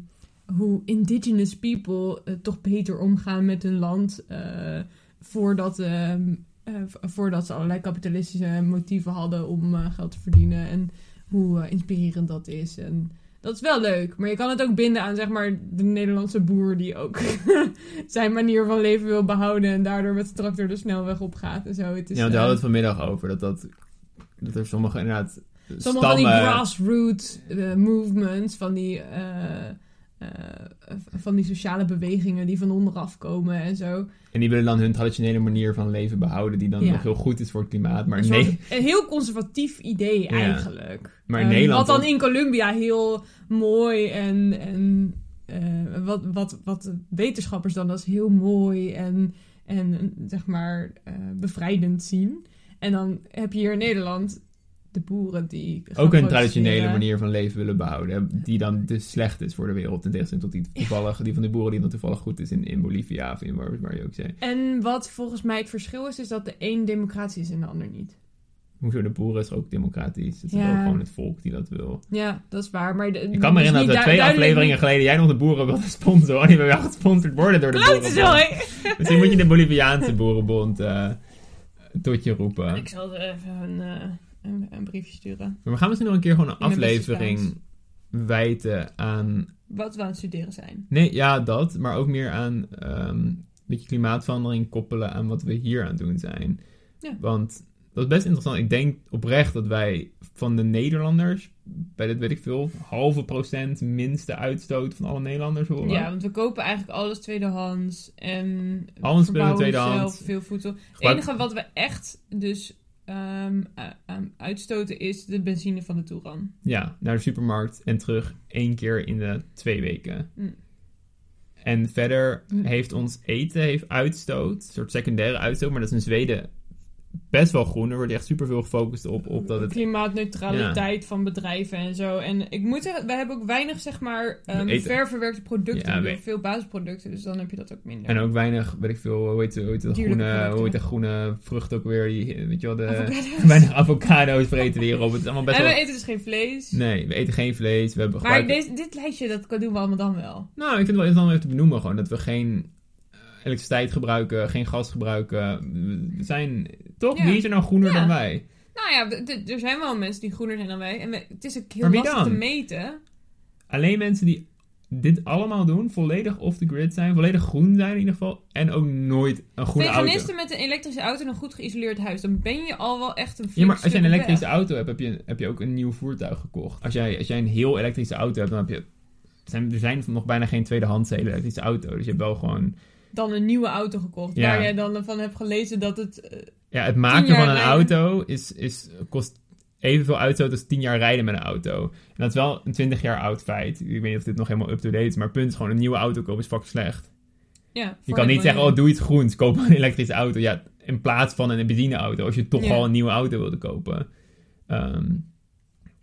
Speaker 2: hoe indigenous people eh, toch beter omgaan met hun land. eh, voordat, ehm, eh, v- voordat ze allerlei kapitalistische motieven hadden om eh, geld te verdienen. En hoe eh, inspirerend dat is. En dat is wel leuk. Maar je kan het ook binden aan zeg maar, de Nederlandse boer die ook *laughs* zijn manier van leven wil behouden. En daardoor met de tractor de snelweg op gaat en zo. Het is,
Speaker 1: ja, want we
Speaker 2: eh,
Speaker 1: hadden het vanmiddag over. Dat, dat, dat er sommige inderdaad
Speaker 2: Sommige van die
Speaker 1: stammen...
Speaker 2: grassroots eh, movements, van die, eh, eh, van die sociale bewegingen die van onderaf komen en zo.
Speaker 1: En die willen dan hun traditionele manier van leven behouden. Die dan
Speaker 2: Ja.
Speaker 1: nog heel goed is voor het klimaat. Maar
Speaker 2: Een, soort-
Speaker 1: nee, *laughs*
Speaker 2: een heel conservatief idee
Speaker 1: Ja.
Speaker 2: eigenlijk.
Speaker 1: Maar in
Speaker 2: Eh,
Speaker 1: Nederland
Speaker 2: Wat dan
Speaker 1: ook-
Speaker 2: in Colombia heel mooi en, en eh, wat, wat, wat de wetenschappers dan als heel mooi en, en zeg maar eh, bevrijdend zien. En dan heb je hier in Nederland de boeren die. gaan
Speaker 1: ook een
Speaker 2: protesteren.
Speaker 1: traditionele manier van leven willen behouden. hè, Die dan dus slecht is voor de wereld. In tegenstelling tot die, toevallig, die van de boeren die dan toevallig goed is in, in Bolivia of in waar, waar je ook zei.
Speaker 2: En wat volgens mij het verschil is, is dat de een democratisch is en de ander niet.
Speaker 1: Hoezo, de boeren is ook democratisch. Het is
Speaker 2: Ja.
Speaker 1: ook gewoon het volk die dat wil.
Speaker 2: Ja, dat is waar. Maar de,
Speaker 1: Ik kan me herinneren dat we twee afleveringen geleden jij nog de boeren *laughs* wilde sponsoren. En die hebben wel gesponsord worden door de
Speaker 2: Klote zo,
Speaker 1: boerenbond.
Speaker 2: hè?
Speaker 1: Misschien moet je de Boliviaanse boerenbond eh, tot je roepen.
Speaker 2: Ik zal er even een, eh, een, een briefje sturen.
Speaker 1: Maar we gaan misschien nog een keer gewoon een
Speaker 2: ben best
Speaker 1: aflevering
Speaker 2: Spaans.
Speaker 1: wijten aan...
Speaker 2: Wat we aan het studeren zijn.
Speaker 1: Nee, ja, dat. Maar ook meer aan ehm, een beetje klimaatverandering koppelen aan wat we hier aan het doen zijn.
Speaker 2: Ja.
Speaker 1: Want dat is best interessant. Ik denk oprecht dat wij van de Nederlanders... bij dat weet ik veel... halve procent minste uitstoot van alle Nederlanders horen.
Speaker 2: Ja, want we kopen eigenlijk alles tweedehands. En
Speaker 1: Al ons spullen
Speaker 2: verbouwen
Speaker 1: tweedehands.
Speaker 2: zelf veel voedsel. Het
Speaker 1: Gebruik-
Speaker 2: enige wat we echt dus ehm, eh, ehm, uitstoten is de benzine van de Touran.
Speaker 1: Ja, naar de supermarkt en terug één keer in de twee weken.
Speaker 2: Mm.
Speaker 1: En verder
Speaker 2: Mm.
Speaker 1: heeft ons eten heeft uitstoot, een soort secundaire uitstoot, maar dat is in Zweden best wel groen. Er wordt echt superveel gefocust op, op dat het
Speaker 2: Klimaatneutraliteit van bedrijven en zo. En ik moet zeggen, we hebben ook weinig, zeg maar, ehm,
Speaker 1: eten.
Speaker 2: ververwerkte producten.
Speaker 1: Ja,
Speaker 2: we doen
Speaker 1: we-
Speaker 2: veel basisproducten, dus dan heb je dat ook minder.
Speaker 1: en ook weinig, weet ik veel, hoe heet, hoe heet, de,
Speaker 2: Dierlijke
Speaker 1: groene,
Speaker 2: producten.
Speaker 1: hoe heet de groene vrucht ook weer, die, weet je wel, de,
Speaker 2: *laughs* Avocado's.
Speaker 1: *laughs* weinig avocado's vreten we hierop. Het is allemaal best
Speaker 2: en we
Speaker 1: eh, wel...
Speaker 2: eten dus geen vlees.
Speaker 1: Nee, we eten geen vlees, we hebben
Speaker 2: maar
Speaker 1: gebruiken-
Speaker 2: deze, dit lijstje, dat doen we allemaal dan wel.
Speaker 1: Nou, ik vind het wel interessant om even te benoemen gewoon. Dat we geen eh, elektriciteit gebruiken, geen gas gebruiken. We zijn, toch?
Speaker 2: Ja.
Speaker 1: Wie is er nou groener
Speaker 2: Ja.
Speaker 1: dan wij?
Speaker 2: Nou ja, d- d- er zijn wel mensen die groener zijn dan wij. En we- het is ook heel
Speaker 1: Maar wie
Speaker 2: lastig
Speaker 1: dan?
Speaker 2: te meten.
Speaker 1: Alleen mensen die dit allemaal doen, volledig off the grid zijn, volledig groen zijn in ieder geval, en ook nooit een groene auto.
Speaker 2: Veganisten met een elektrische auto en een goed geïsoleerd huis. Dan ben je al wel echt een
Speaker 1: Ja, maar als
Speaker 2: flink
Speaker 1: jij een
Speaker 2: stuk op
Speaker 1: elektrische auto hebt, heb je, heb je ook een nieuw voertuig gekocht. Als jij, als jij een heel elektrische auto hebt, dan heb je... er Zijn, er zijn nog bijna geen tweedehands hele elektrische auto. Dus je hebt wel gewoon...
Speaker 2: weg. Dan een nieuwe auto gekocht.
Speaker 1: Ja.
Speaker 2: Waar jij dan van hebt gelezen dat het... eh,
Speaker 1: Ja, het maken
Speaker 2: jaar
Speaker 1: van een
Speaker 2: rijden.
Speaker 1: auto is, is, kost evenveel uitstoot als 10 jaar rijden met een auto. En dat is wel een 20 jaar oud feit. Ik weet niet of dit nog helemaal up-to-date is, maar het punt is gewoon een nieuwe auto kopen is fucking slecht.
Speaker 2: ja,
Speaker 1: Je
Speaker 2: voor
Speaker 1: kan
Speaker 2: de
Speaker 1: niet zeggen,
Speaker 2: miljoen.
Speaker 1: oh doe iets groens, koop een elektrische auto. Ja, in plaats van een benzineauto, als je toch
Speaker 2: Ja.
Speaker 1: al een nieuwe auto wilde kopen. Ehm,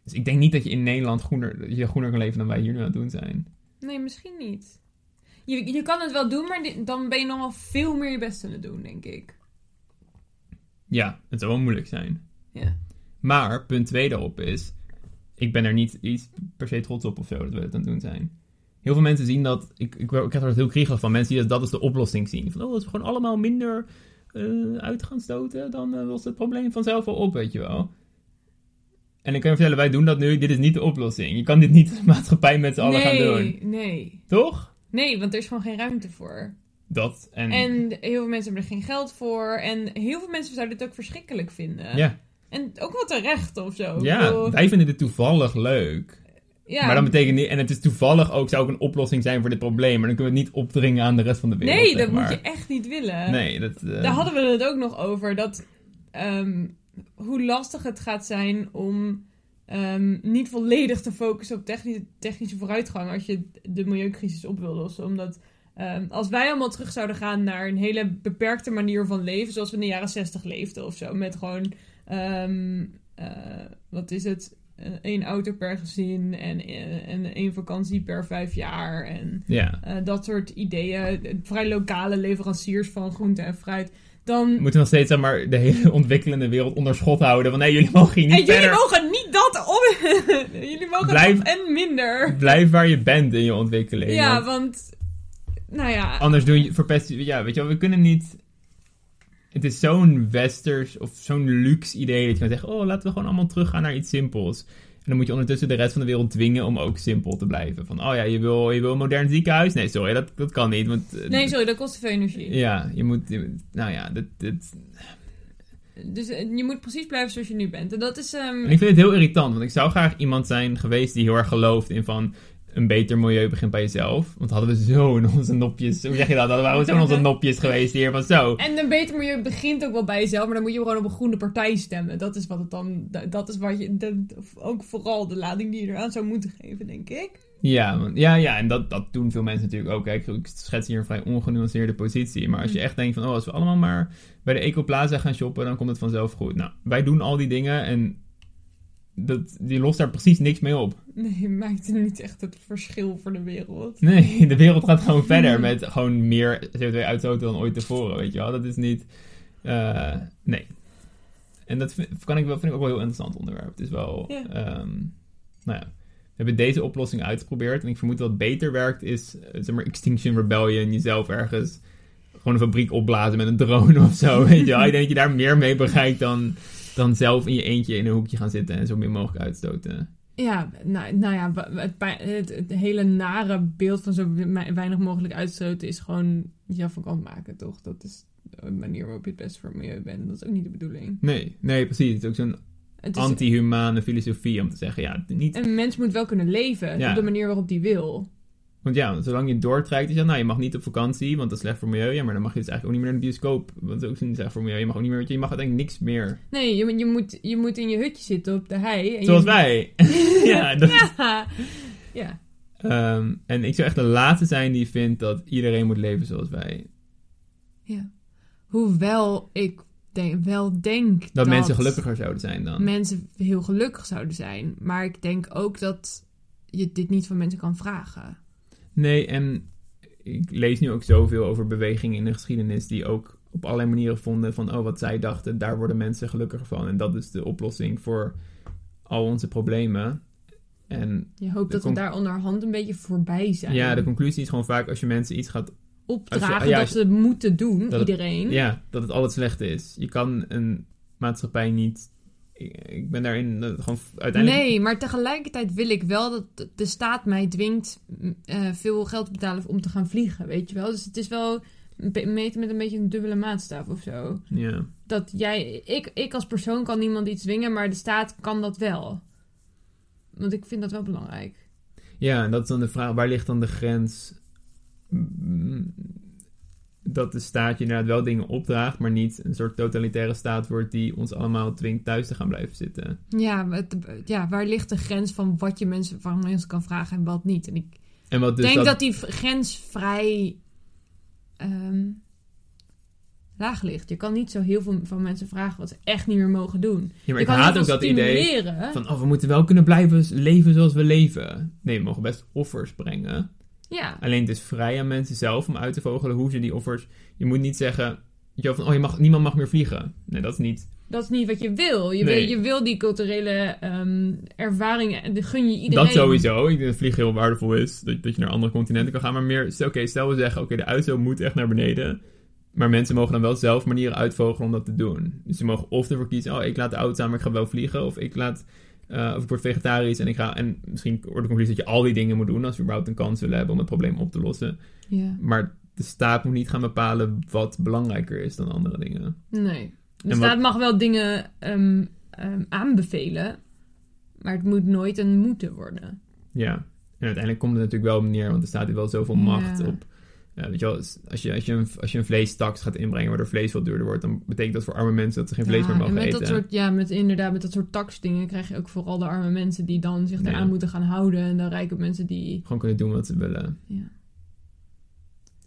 Speaker 1: dus ik denk niet dat je in Nederland groener, dat je groener kan leven dan wij hier nu aan het doen zijn.
Speaker 2: Nee, misschien niet. Je, je kan het wel doen, maar dit- dan ben je nog wel veel meer je best aan het doen, denk ik.
Speaker 1: Ja, het zou wel moeilijk zijn.
Speaker 2: Ja.
Speaker 1: Maar, punt 2 daarop is, ik ben er niet iets per se trots op of zo dat we het aan het doen zijn. Heel veel mensen zien dat, ik, ik, word- ik krijg er heel kriegelig van, mensen die dat, dat als de oplossing zien. Van, oh, als we gewoon allemaal minder eh, uit gaan stoten, dan eh, lost het probleem vanzelf wel op, weet je wel. En ik kan je vertellen, wij doen dat nu, dit is niet de oplossing. Je kan dit niet als maatschappij met z'n allen
Speaker 2: nee,
Speaker 1: gaan doen.
Speaker 2: nee.
Speaker 1: Toch?
Speaker 2: Nee, want er is gewoon geen ruimte voor.
Speaker 1: Dat en...
Speaker 2: En heel veel mensen hebben er geen geld voor. En heel veel mensen zouden dit ook verschrikkelijk vinden.
Speaker 1: ja,
Speaker 2: En ook wel terecht of zo. Ik
Speaker 1: ja,
Speaker 2: bedoel,
Speaker 1: wij vinden dit toevallig leuk.
Speaker 2: ja.
Speaker 1: Maar dat betekent niet, en het is toevallig ook, zou ook een oplossing zijn voor dit probleem, maar dan kunnen we het niet opdringen aan de rest van de wereld.
Speaker 2: Nee,
Speaker 1: zeg
Speaker 2: dat moet
Speaker 1: maar.
Speaker 2: je echt niet willen.
Speaker 1: Nee, dat. eh,
Speaker 2: Daar hadden we het ook nog over. Dat ehm, hoe lastig het gaat zijn om ehm, niet volledig te focussen op technische, technische vooruitgang als je de milieucrisis op wil lossen. Omdat ehm, als wij allemaal terug zouden gaan naar een hele beperkte manier van leven, zoals we in de jaren 60 leefden of zo, met gewoon ehm, eh, wat is het? Eh, één auto per gezin en, eh, en één vakantie per vijf jaar. En
Speaker 1: Ja.
Speaker 2: eh, dat soort ideeën, eh, vrij lokale leveranciers van groente en fruit, dan...
Speaker 1: Moeten we nog steeds zeg maar, de hele *laughs* ontwikkelende wereld onder schot houden? Want nee, jullie mogen hier niet
Speaker 2: en
Speaker 1: verder.
Speaker 2: jullie mogen niet dat op... *laughs* jullie mogen
Speaker 1: Blijf-
Speaker 2: dat en minder.
Speaker 1: Blijf waar je bent in je ontwikkeling.
Speaker 2: Ja,
Speaker 1: want
Speaker 2: want... Nou ja,
Speaker 1: Anders doe je verpest. je- Ja, weet je wel, we kunnen niet. Het is zo'n westers of zo'n luxe idee dat je kan zeggen: oh, laten we gewoon allemaal teruggaan naar iets simpels. En dan moet je ondertussen de rest van de wereld dwingen om ook simpel te blijven. Van, oh ja, je wil, je wil een modern ziekenhuis? Nee, sorry, dat, dat kan niet. Want, eh,
Speaker 2: nee sorry, dat kost te veel energie.
Speaker 1: Ja, je moet. je moet- nou ja, dit, dit-
Speaker 2: Dus eh, je moet precies blijven zoals je nu bent. En dat is... ehm,
Speaker 1: En ik vind het heel irritant, want ik zou graag iemand zijn geweest die heel erg gelooft in van. Een beter milieu begint bij jezelf. Want hadden we zo in *laughs* onze nopjes. Hoe zeg je dat? Hadden we zo in onze nopjes geweest hier van zo.
Speaker 2: En een beter milieu begint ook wel bij jezelf, maar dan moet je gewoon op een groene partij stemmen. Dat is wat het dan... da- Dat is wat je... dat- ook vooral de lading die je eraan zou moeten geven, denk ik.
Speaker 1: Ja, want- ja, ja. En dat, dat doen veel mensen natuurlijk ook. Kijk, ik schets hier een vrij ongenuanceerde positie. Maar als je echt denkt van, oh, als we allemaal maar bij de Ecoplaza gaan shoppen, dan komt het vanzelf goed. Nou, wij doen al die dingen en dat, die lost daar precies niks mee op.
Speaker 2: Nee, *laughs* maakt niet echt het verschil voor de wereld.
Speaker 1: Nee, de wereld gaat gewoon verder met gewoon meer CO2-uitstoot dan ooit tevoren, weet je wel. Dat is niet... eh, nee. En dat vind, kan ik, wel, vind ik ook wel een heel interessant onderwerp. Het is wel...
Speaker 2: Ja.
Speaker 1: ehm, nou ja, we hebben deze oplossing uitgeprobeerd. En ik vermoed dat beter werkt is, eh, zeg maar, Extinction Rebellion. Jezelf ergens gewoon een fabriek opblazen met een drone *laughs* of zo, weet je wel. Ik denk dat je daar meer mee bereikt dan, dan zelf in je eentje in een hoekje gaan zitten en zo min mogelijk uitstoten.
Speaker 2: Ja, nou, nou ja, wa- het, pa- het, het hele nare beeld van zo we- weinig mogelijk uitstoten is gewoon jezelf van kant maken, toch? Dat is een manier waarop je het best voor het milieu bent. Dat is ook niet de bedoeling.
Speaker 1: Nee, nee, precies. Het is ook zo'n
Speaker 2: Het is,
Speaker 1: anti-humane filosofie om te zeggen, ja, niet...
Speaker 2: een mens moet wel kunnen leven
Speaker 1: Ja.
Speaker 2: op de manier waarop die wil.
Speaker 1: Want ja, zolang je doortrekt, is ja, nou, je mag niet op vakantie, want dat is slecht voor milieu. Ja, maar dan mag je dus eigenlijk ook niet meer naar de bioscoop, want dat is ook niet slecht voor milieu. Je mag ook niet meer, weet je, je mag uiteindelijk niks meer.
Speaker 2: Nee, je, moet- je, moet, je moet in je hutje zitten op de hei. En
Speaker 1: Zoals
Speaker 2: je-
Speaker 1: wij. ja, dat...
Speaker 2: Ja. *laughs* ja.
Speaker 1: Ehm, en ik zou echt de laatste zijn die vindt dat iedereen moet leven zoals wij.
Speaker 2: Hoewel ik denk, wel denk dat,
Speaker 1: Dat, mensen gelukkiger zouden zijn dan.
Speaker 2: mensen heel gelukkig zouden zijn. Maar ik denk ook dat je dit niet van mensen kan vragen.
Speaker 1: Nee, en ik lees nu ook zoveel over bewegingen in de geschiedenis die ook op allerlei manieren vonden van, oh, wat zij dachten, daar worden mensen gelukkiger van. En dat is de oplossing voor al onze problemen. En
Speaker 2: Je hoopt
Speaker 1: De
Speaker 2: dat we
Speaker 1: conc-
Speaker 2: daar onderhand een beetje voorbij zijn.
Speaker 1: Ja, de conclusie is gewoon vaak als je mensen iets gaat...
Speaker 2: Opdragen
Speaker 1: als je- ja,
Speaker 2: dat
Speaker 1: als je-
Speaker 2: ze het moeten doen,
Speaker 1: het-
Speaker 2: iedereen.
Speaker 1: Ja, dat het altijd slecht is. Je kan een maatschappij niet ik, ik ben daarin eh, gewoon f- uiteindelijk...
Speaker 2: Nee, maar tegelijkertijd wil ik wel dat de staat mij dwingt m, eh, veel geld te betalen om te gaan vliegen, weet je wel. Dus het is wel een be- meten met een beetje een dubbele maatstaf of zo.
Speaker 1: Ja.
Speaker 2: Dat jij, ik, ik als persoon kan niemand iets dwingen, maar de staat kan dat wel. Want ik vind dat wel belangrijk.
Speaker 1: ja, en dat is dan de vraag, waar ligt dan de grens mm, dat de staat je inderdaad wel dingen opdraagt, maar niet een soort totalitaire staat wordt die ons allemaal dwingt thuis te gaan blijven zitten.
Speaker 2: Ja, maar het- ja waar ligt de grens van wat je mensen, van mensen kan vragen en wat niet? En ik
Speaker 1: En wat dus
Speaker 2: denk dat, die v- grens vrij ehm, laag ligt. Je kan niet zo heel veel van mensen vragen wat ze echt niet meer mogen doen.
Speaker 1: Ja, maar
Speaker 2: je
Speaker 1: ik
Speaker 2: kan
Speaker 1: haat
Speaker 2: heel
Speaker 1: ook
Speaker 2: veel
Speaker 1: dat idee
Speaker 2: stimuleren.
Speaker 1: van, oh, we moeten wel kunnen blijven s- leven zoals we leven. Nee, we mogen best offers brengen.
Speaker 2: Ja,
Speaker 1: Alleen het is vrij aan mensen zelf om uit te vogelen hoe ze die offers... Je moet niet zeggen, weet je wel, van, oh, je mag, niemand mag meer vliegen. Nee, dat is niet...
Speaker 2: dat is niet wat je wil. Je,
Speaker 1: Nee.
Speaker 2: wil, je wil die culturele ehm ervaring, en die gun je iedereen.
Speaker 1: Dat sowieso. Ik denk dat vliegen heel waardevol is. Dat, dat je naar andere continenten kan gaan. Maar meer, stel, oké, stel we zeggen, oké, de uitstoot moet echt naar beneden. Maar mensen mogen dan wel zelf manieren uitvogelen om dat te doen. Dus ze mogen of ervoor kiezen, oh, ik laat de auto aan, maar ik ga wel vliegen. Of ik laat... eh, of ik word vegetarisch en ik ga... En misschien wordt de conclusie dat je al die dingen moet doen... als we überhaupt een kans willen hebben om het probleem op te lossen.
Speaker 2: Ja,
Speaker 1: Maar de staat moet niet gaan bepalen wat belangrijker is dan andere dingen.
Speaker 2: nee. De
Speaker 1: En wat-
Speaker 2: staat mag wel dingen ehm, ehm, aanbevelen, maar het moet nooit een moeten worden.
Speaker 1: Ja. En uiteindelijk komt het natuurlijk wel op neer, want er staat hier wel zoveel macht
Speaker 2: Ja.
Speaker 1: op. Ja, weet je wel, als- als je, als, je een, als je een vleestaks gaat inbrengen waardoor vlees veel duurder wordt, dan betekent dat voor arme mensen dat ze geen vlees
Speaker 2: Ja,
Speaker 1: meer
Speaker 2: en
Speaker 1: mogen
Speaker 2: met
Speaker 1: eten.
Speaker 2: Dat soort, ja, met, inderdaad, met dat soort taxdingen krijg je ook vooral de arme mensen die dan zich
Speaker 1: Ja.
Speaker 2: eraan moeten gaan houden. En de rijke mensen die...
Speaker 1: Gewoon kunnen doen wat ze willen.
Speaker 2: Ja.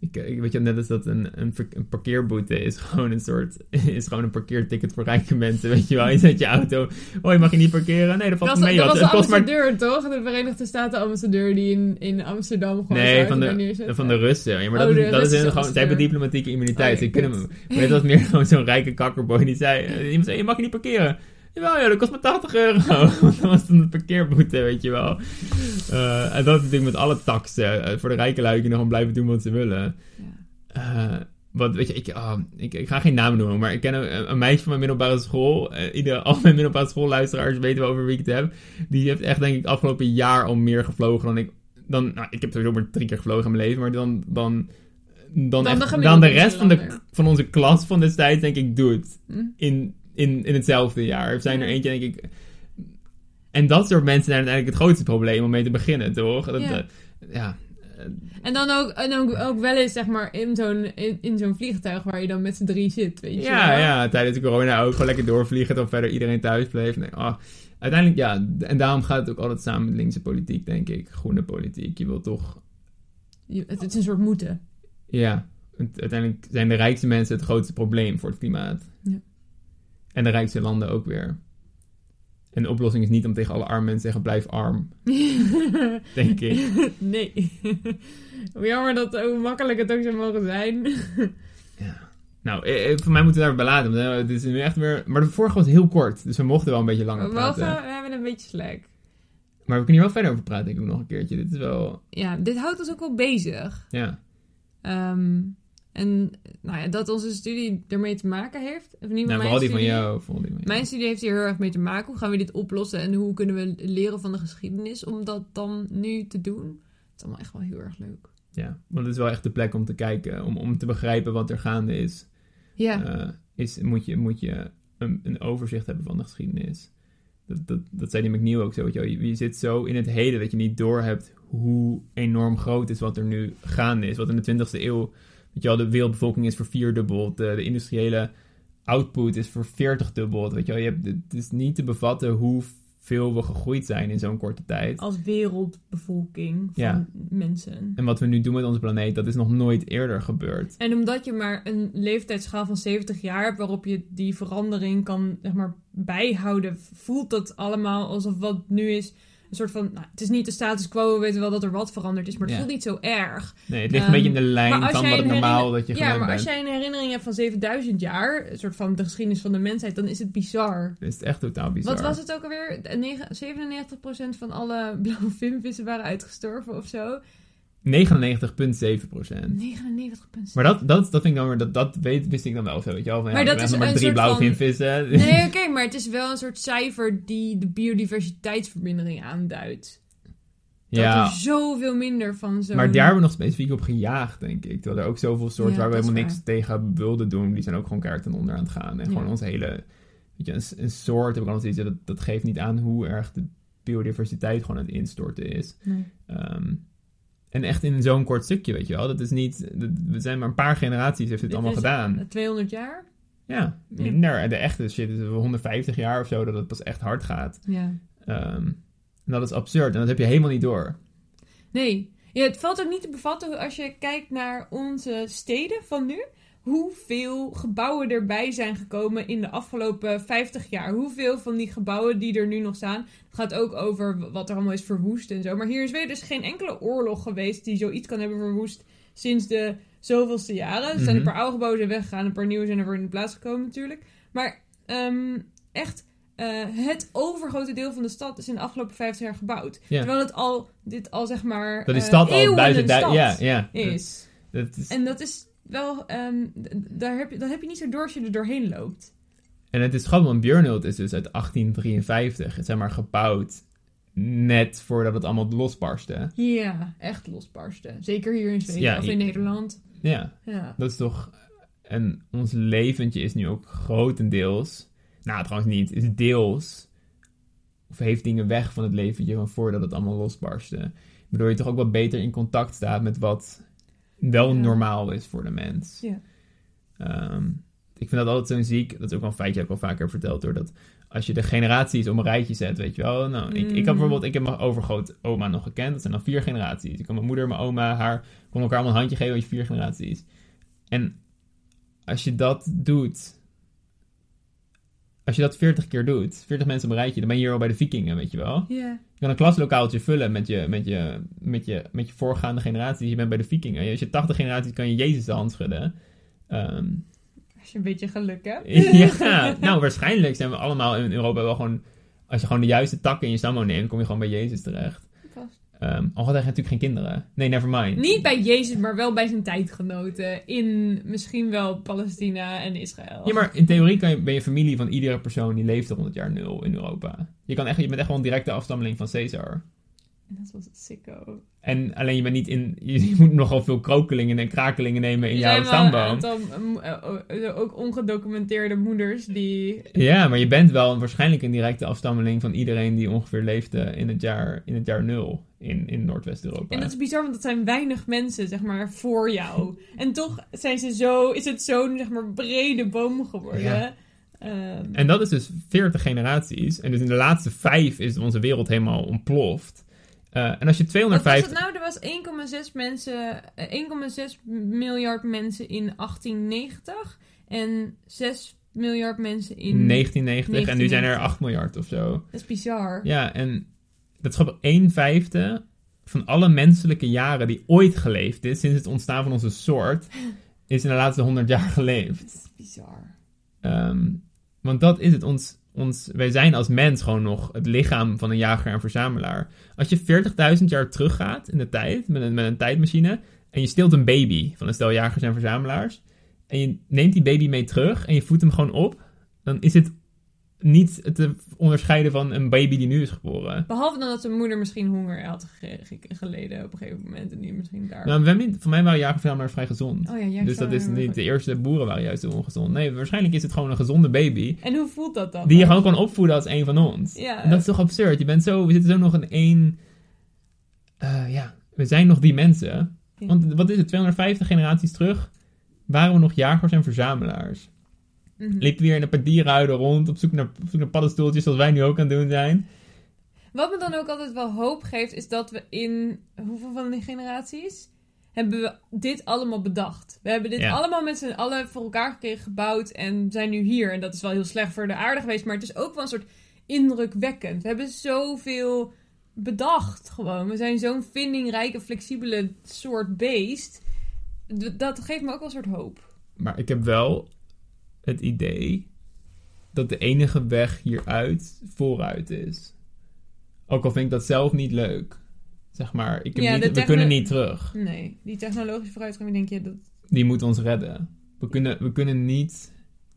Speaker 1: Ik, eh, ik weet je, net als dat een, een, ver- een parkeerboete is *laughs* gewoon een soort, is gewoon een parkeerticket voor rijke mensen, weet je wel. Je zet je auto, oh je mag je niet parkeren, nee dat valt
Speaker 2: Dat was,
Speaker 1: me mee,
Speaker 2: dat was
Speaker 1: want het
Speaker 2: de
Speaker 1: kost maar
Speaker 2: ambassadeur, toch? De Verenigde Staten ambassadeur die in, in Amsterdam gewoon zijn
Speaker 1: Nee, van
Speaker 2: auto
Speaker 1: de,
Speaker 2: neerzet.
Speaker 1: van de Russen. Ja, maar
Speaker 2: Oh,
Speaker 1: dat,
Speaker 2: de
Speaker 1: is- dat is
Speaker 2: Russische
Speaker 1: hun gewoon, zij
Speaker 2: ambassadeur.
Speaker 1: hebben diplomatieke immuniteit.
Speaker 2: Oh, ja,
Speaker 1: ze kunnen
Speaker 2: *laughs*
Speaker 1: hem, maar dit was meer gewoon zo'n rijke kakkerboy die zei: eh, Iemand zei: Je mag je niet parkeren. Jawel, joh, dat kost maar 80 euro. *laughs* dat was dan een parkeerboete, weet je wel. Eh, en dat is natuurlijk met alle taxen. Eh, voor de rijke lui kunnen gewoon blijven doen wat ze willen.
Speaker 2: Ja.
Speaker 1: Eh, want weet je, ik, ah, ik, ik ga geen naam noemen, maar ik ken een, een meisje van mijn middelbare school. Eh, ieder, *laughs* al mijn middelbare schoolluisteraars weten wel over wie ik het heb. Die heeft echt, denk ik, afgelopen jaar al meer gevlogen dan ik. Dan, nou, ik heb sowieso maar drie keer gevlogen in mijn leven, maar dan. dan dan,
Speaker 2: de
Speaker 1: echt- dan
Speaker 2: gemiddelde
Speaker 1: de rest van, de,
Speaker 2: Nederlander.
Speaker 1: van onze klas van destijds, denk ik, doet
Speaker 2: Hm?
Speaker 1: in, in, in hetzelfde jaar. Er zijn er eentje, denk ik. En dat soort mensen zijn uiteindelijk het grootste probleem om mee te beginnen, toch? Dat,
Speaker 2: Ja.
Speaker 1: eh, ja.
Speaker 2: En dan ook, en ook, ook wel eens, zeg maar, in zo'n in, in zo'n vliegtuig waar je dan met z'n drie zit, weet je
Speaker 1: Ja,
Speaker 2: wel?
Speaker 1: ja, tijdens de corona ook gewoon lekker doorvliegen tot verder iedereen thuis bleef. Nee, ah. Uiteindelijk, ja, d- en daarom gaat het ook altijd samen met linkse politiek, denk ik. Groene politiek. Je wil toch,
Speaker 2: Je- het, het is een soort
Speaker 1: *laughs*
Speaker 2: moeten.
Speaker 1: ja, het- uiteindelijk zijn de rijkste mensen het grootste probleem voor het klimaat.
Speaker 2: Ja.
Speaker 1: En de rijkste landen ook weer. En de oplossing is niet om tegen alle arme mensen te zeggen, blijf arm, denk ik.
Speaker 2: *laughs* nee. *laughs* Jammer dat hoe makkelijk het ook zou mogen zijn.
Speaker 1: Nou, eh, eh, voor mij moeten we daar beladen. want, eh, Het is nu echt weer... Maar de vorige was heel kort, dus we mochten wel een beetje langer
Speaker 2: We,
Speaker 1: praten.
Speaker 2: mogen, we hebben een beetje slack.
Speaker 1: Maar we kunnen hier wel verder over praten, denk ik nog een keertje. Dit is wel...
Speaker 2: Ja, dit houdt ons ook wel bezig.
Speaker 1: Ja,
Speaker 2: Ehm, en nou ja, dat onze studie ermee te maken heeft. Of in ieder
Speaker 1: nou,
Speaker 2: geval mijn
Speaker 1: vooral die van
Speaker 2: studie.
Speaker 1: jou. Vooral die van jou.
Speaker 2: Mijn studie heeft hier heel erg mee te maken. Hoe gaan we dit oplossen en hoe kunnen we leren van de geschiedenis om dat dan nu te doen? Het is allemaal echt wel heel erg leuk.
Speaker 1: Ja, want het is wel echt de plek om te kijken, om, om te begrijpen wat er gaande is.
Speaker 2: Ja,
Speaker 1: Eh, is moet je, moet je een, een overzicht hebben van de geschiedenis. Dat, dat, dat zei die McNeil ook zo. weet je wel. Je, je zit zo in het heden dat je niet doorhebt hoe enorm groot is wat er nu gaande is. Wat in de 20e eeuw, weet je wel, de wereldbevolking is vervierdubbeld. De, de industriële output is verveertigdubbeld. Weet je wel, je hebt, het is niet te bevatten hoeveel we gegroeid zijn in zo'n korte tijd.
Speaker 2: als wereldbevolking
Speaker 1: van Ja.
Speaker 2: mensen.
Speaker 1: En wat we nu doen met onze planeet, dat is nog nooit eerder gebeurd.
Speaker 2: En omdat je maar een leeftijdsschaal van 70 jaar hebt waarop je die verandering kan zeg maar, bijhouden, voelt dat allemaal alsof wat nu is een soort van. Nou, het is niet de status quo, we weten wel dat er wat veranderd is, maar het
Speaker 1: Ja.
Speaker 2: voelt niet zo erg.
Speaker 1: Nee, het ligt een beetje in de
Speaker 2: Ehm, maar
Speaker 1: lijn
Speaker 2: als
Speaker 1: van
Speaker 2: jij
Speaker 1: wat het
Speaker 2: een
Speaker 1: normaal dat je
Speaker 2: Ja,
Speaker 1: gewend
Speaker 2: maar
Speaker 1: bent.
Speaker 2: als jij een herinnering hebt van 7000 jaar, een soort van de geschiedenis van de mensheid, dan is het bizar.
Speaker 1: Dat is echt totaal bizar.
Speaker 2: Wat was het ook alweer? De negen- 97% van alle blauwe vinvissen waren uitgestorven of zo.
Speaker 1: 99,7
Speaker 2: 99
Speaker 1: Maar dat, dat, dat vind ik dan weer, dat, dat weet, wist ik dan wel zo, weet je wel. Van, ja,
Speaker 2: Maar
Speaker 1: er
Speaker 2: dat
Speaker 1: zijn
Speaker 2: is
Speaker 1: maar
Speaker 2: een
Speaker 1: drie
Speaker 2: soort
Speaker 1: blauwe
Speaker 2: van-
Speaker 1: vinvissen. *laughs*
Speaker 2: Nee, oké, maar het is wel een soort cijfer die de biodiversiteitsvermindering aanduidt. Dat
Speaker 1: ja,
Speaker 2: er zoveel minder van zo'n...
Speaker 1: maar daar hebben we nog specifiek op gejaagd, denk ik. Terwijl er ook zoveel soorten
Speaker 2: Ja,
Speaker 1: waar we
Speaker 2: dat is
Speaker 1: helemaal niks tegen wilden doen, die zijn ook gewoon kaart en onder aan het gaan. En
Speaker 2: Ja.
Speaker 1: gewoon onze hele, weet je, een, s- een soort, heb ik altijd iets, dat, dat geeft niet aan hoe erg de biodiversiteit gewoon aan het instorten is.
Speaker 2: Nee.
Speaker 1: Ehm, en echt in zo'n kort stukje, weet je wel. Dat is niet, dat- we zijn maar een paar generaties heeft dit,
Speaker 2: Dit
Speaker 1: allemaal
Speaker 2: is-
Speaker 1: gedaan.
Speaker 2: 200 jaar?
Speaker 1: Ja, minder. De echte shit is 150 jaar of zo dat het pas echt hard gaat.
Speaker 2: Ja.
Speaker 1: Ehm, en dat is absurd en dat heb je helemaal niet door.
Speaker 2: Nee. Ja, het valt ook niet te bevatten als je kijkt naar onze steden van nu. Hoeveel gebouwen erbij zijn gekomen in de afgelopen 50 jaar. Hoeveel van die gebouwen die er nu nog staan. Het gaat ook over wat er allemaal is verwoest en zo. Maar hier is weer dus geen enkele oorlog geweest die zoiets kan hebben verwoest sinds de zoveelste jaren. Er zijn een
Speaker 1: Mhm.
Speaker 2: paar oude gebouwen zijn weggegaan, een paar nieuwe zijn er voor in de plaats gekomen natuurlijk. Maar ehm, echt, eh, het overgrote deel van de stad is in de afgelopen 50 jaar gebouwd.
Speaker 1: Ja.
Speaker 2: Terwijl het al, dit al zeg maar.
Speaker 1: Dat is
Speaker 2: eh,
Speaker 1: stad al
Speaker 2: eeuwen
Speaker 1: duizend
Speaker 2: een
Speaker 1: duizend.
Speaker 2: stad
Speaker 1: Ja, ja.
Speaker 2: Is.
Speaker 1: Dat, dat is,
Speaker 2: En dat is wel, ehm, d- daar heb je, dat heb je niet zo door als je er doorheen loopt.
Speaker 1: en het is grappig, want Björnhult is dus uit 1853. Het zijn maar gebouwd net voordat het allemaal losbarstte.
Speaker 2: Ja, echt losbarsten. Zeker hier in Zweden
Speaker 1: Ja,
Speaker 2: of
Speaker 1: hier-
Speaker 2: in Nederland.
Speaker 1: Ja.
Speaker 2: Ja.
Speaker 1: Dat is toch. En ons leventje is nu ook grotendeels. Nou, trouwens niet. Is deels. Of heeft dingen weg van het leventje van voordat het allemaal losbarstte. Waardoor je toch ook wat beter in contact staat met wat wel
Speaker 2: Ja.
Speaker 1: normaal is voor de mens.
Speaker 2: Ja.
Speaker 1: Ehm, ik vind dat altijd zo'n ziek. Dat is ook wel een feitje dat ik al vaker heb verteld. Hoor, dat als je de generaties om een rijtje zet, weet je wel. Nou, ik, ik
Speaker 2: Mm.
Speaker 1: had bijvoorbeeld, ik heb mijn overgroot oma nog gekend. Dat zijn dan vier generaties. Ik had mijn moeder, mijn oma, haar. Kon elkaar allemaal een handje geven, weet je, vier generaties. En als je dat doet. Als je dat 40 keer doet, 40 mensen op een rijtje, dan ben je hier al bij de Vikingen, weet je wel.
Speaker 2: Ja.
Speaker 1: Je kan een klaslokaaltje vullen met je, met je, met je, met je voorgaande generaties. Je bent bij de Vikingen. Als je 80 generaties kan je Jezus de hand schudden. Ehm,
Speaker 2: Als je een beetje geluk hebt.
Speaker 1: ja, *laughs* nou waarschijnlijk zijn we allemaal in Europa wel gewoon... Als je gewoon de juiste takken in je stamboom neemt, kom je gewoon bij Jezus terecht.
Speaker 2: Vast.
Speaker 1: Ehm al had hij natuurlijk geen kinderen. Nee, never mind.
Speaker 2: Niet bij Jezus, maar wel bij zijn tijdgenoten. In misschien wel Palestina en Israël.
Speaker 1: Ja, maar in theorie kan je, ben je familie van iedere persoon die leefde rond het jaar nul in Europa. Je, kan echt, je bent echt wel een directe afstammeling van Caesar.
Speaker 2: En dat was het sicko.
Speaker 1: En alleen je bent niet in... *laughs* Je, moet nogal veel krokelingen en krakelingen nemen in
Speaker 2: Er
Speaker 1: jouw
Speaker 2: zijn wel een
Speaker 1: stamboom.
Speaker 2: aantal, ehm, eh, eh, ook ongedocumenteerde moeders die
Speaker 1: Ja, maar je bent wel waarschijnlijk een directe afstammeling van iedereen die ongeveer leefde in het jaar, in het jaar nul in, in Noordwest-Europa.
Speaker 2: En dat is bizar, want dat zijn weinig mensen, zeg maar,
Speaker 1: *laughs*
Speaker 2: voor jou. En toch zijn ze zo, is het zo'n, zeg maar, brede boom geworden.
Speaker 1: Ja.
Speaker 2: Ehm,
Speaker 1: En dat is dus 40 generaties. En dus in de laatste vijf is onze wereld helemaal ontploft. Eh, en als je
Speaker 2: wat was het
Speaker 1: 250...
Speaker 2: nou? Er was 1,6 mensen, eh, 1,6 miljard mensen in 1890 en 6 miljard mensen in...
Speaker 1: 1990. En nu zijn er
Speaker 2: 1990.
Speaker 1: 8 miljard of zo.
Speaker 2: Dat is bizar.
Speaker 1: Ja, en dat is grappig. 1 vijfde van alle menselijke jaren die ooit geleefd is... sinds het ontstaan van onze soort... is in de laatste 100 jaar geleefd.
Speaker 2: Dat is bizar.
Speaker 1: Ehm, want dat is het. Ons, ons, wij zijn als mens gewoon nog het lichaam van een jager en verzamelaar. Als je 40.000 jaar teruggaat in de tijd, met een, met een tijdmachine, en je steelt een baby van een stel jagers en verzamelaars, en je neemt die baby mee terug en je voedt hem gewoon op, dan is het niet te onderscheiden van een baby die nu is geboren.
Speaker 2: Behalve dan dat zijn moeder misschien honger had ge- ge- geleden op een gegeven moment en die misschien daar...
Speaker 1: Nou, we hebben niet- voor mij waren jagers en verzamelaars vrij gezond.
Speaker 2: oh ja, jij
Speaker 1: Dus dat
Speaker 2: zou-
Speaker 1: is niet, de eerste boeren waren juist heel ongezond. Nee, waarschijnlijk is het gewoon een gezonde baby.
Speaker 2: En hoe voelt dat dan?
Speaker 1: Die je gewoon kan opvoeden als een van ons.
Speaker 2: Ja.
Speaker 1: En dat is toch absurd? Je bent zo, we zitten zo nog in één. eh, ja, we zijn nog die mensen.
Speaker 2: Ja.
Speaker 1: Want wat is het, 250 generaties terug waren we nog jagers en verzamelaars.
Speaker 2: Mhm.
Speaker 1: Liepen weer in een paar dierenhuiden rond op zoek, naar, op zoek naar paddenstoeltjes, zoals wij nu ook aan het doen zijn.
Speaker 2: Wat me dan ook altijd wel hoop geeft, is dat we in hoeveel van die generaties hebben we dit allemaal bedacht. We hebben dit
Speaker 1: Ja.
Speaker 2: allemaal met z'n allen voor elkaar gekregen, gebouwd en zijn nu hier. En dat is wel heel slecht voor de aarde geweest, maar het is ook wel een soort indrukwekkend. We hebben zoveel bedacht gewoon. We zijn zo'n vindingrijke, flexibele soort beest. D- Dat geeft me ook wel een soort hoop.
Speaker 1: Maar ik heb wel het idee dat de enige weg hieruit vooruit is. Ook al vind ik dat zelf niet leuk. Zeg maar, ik heb
Speaker 2: Ja,
Speaker 1: niet-
Speaker 2: de
Speaker 1: we
Speaker 2: techno-
Speaker 1: kunnen niet terug.
Speaker 2: Nee, die technologische vooruitgang, denk je dat...
Speaker 1: Die moet ons redden. We kunnen, we kunnen niet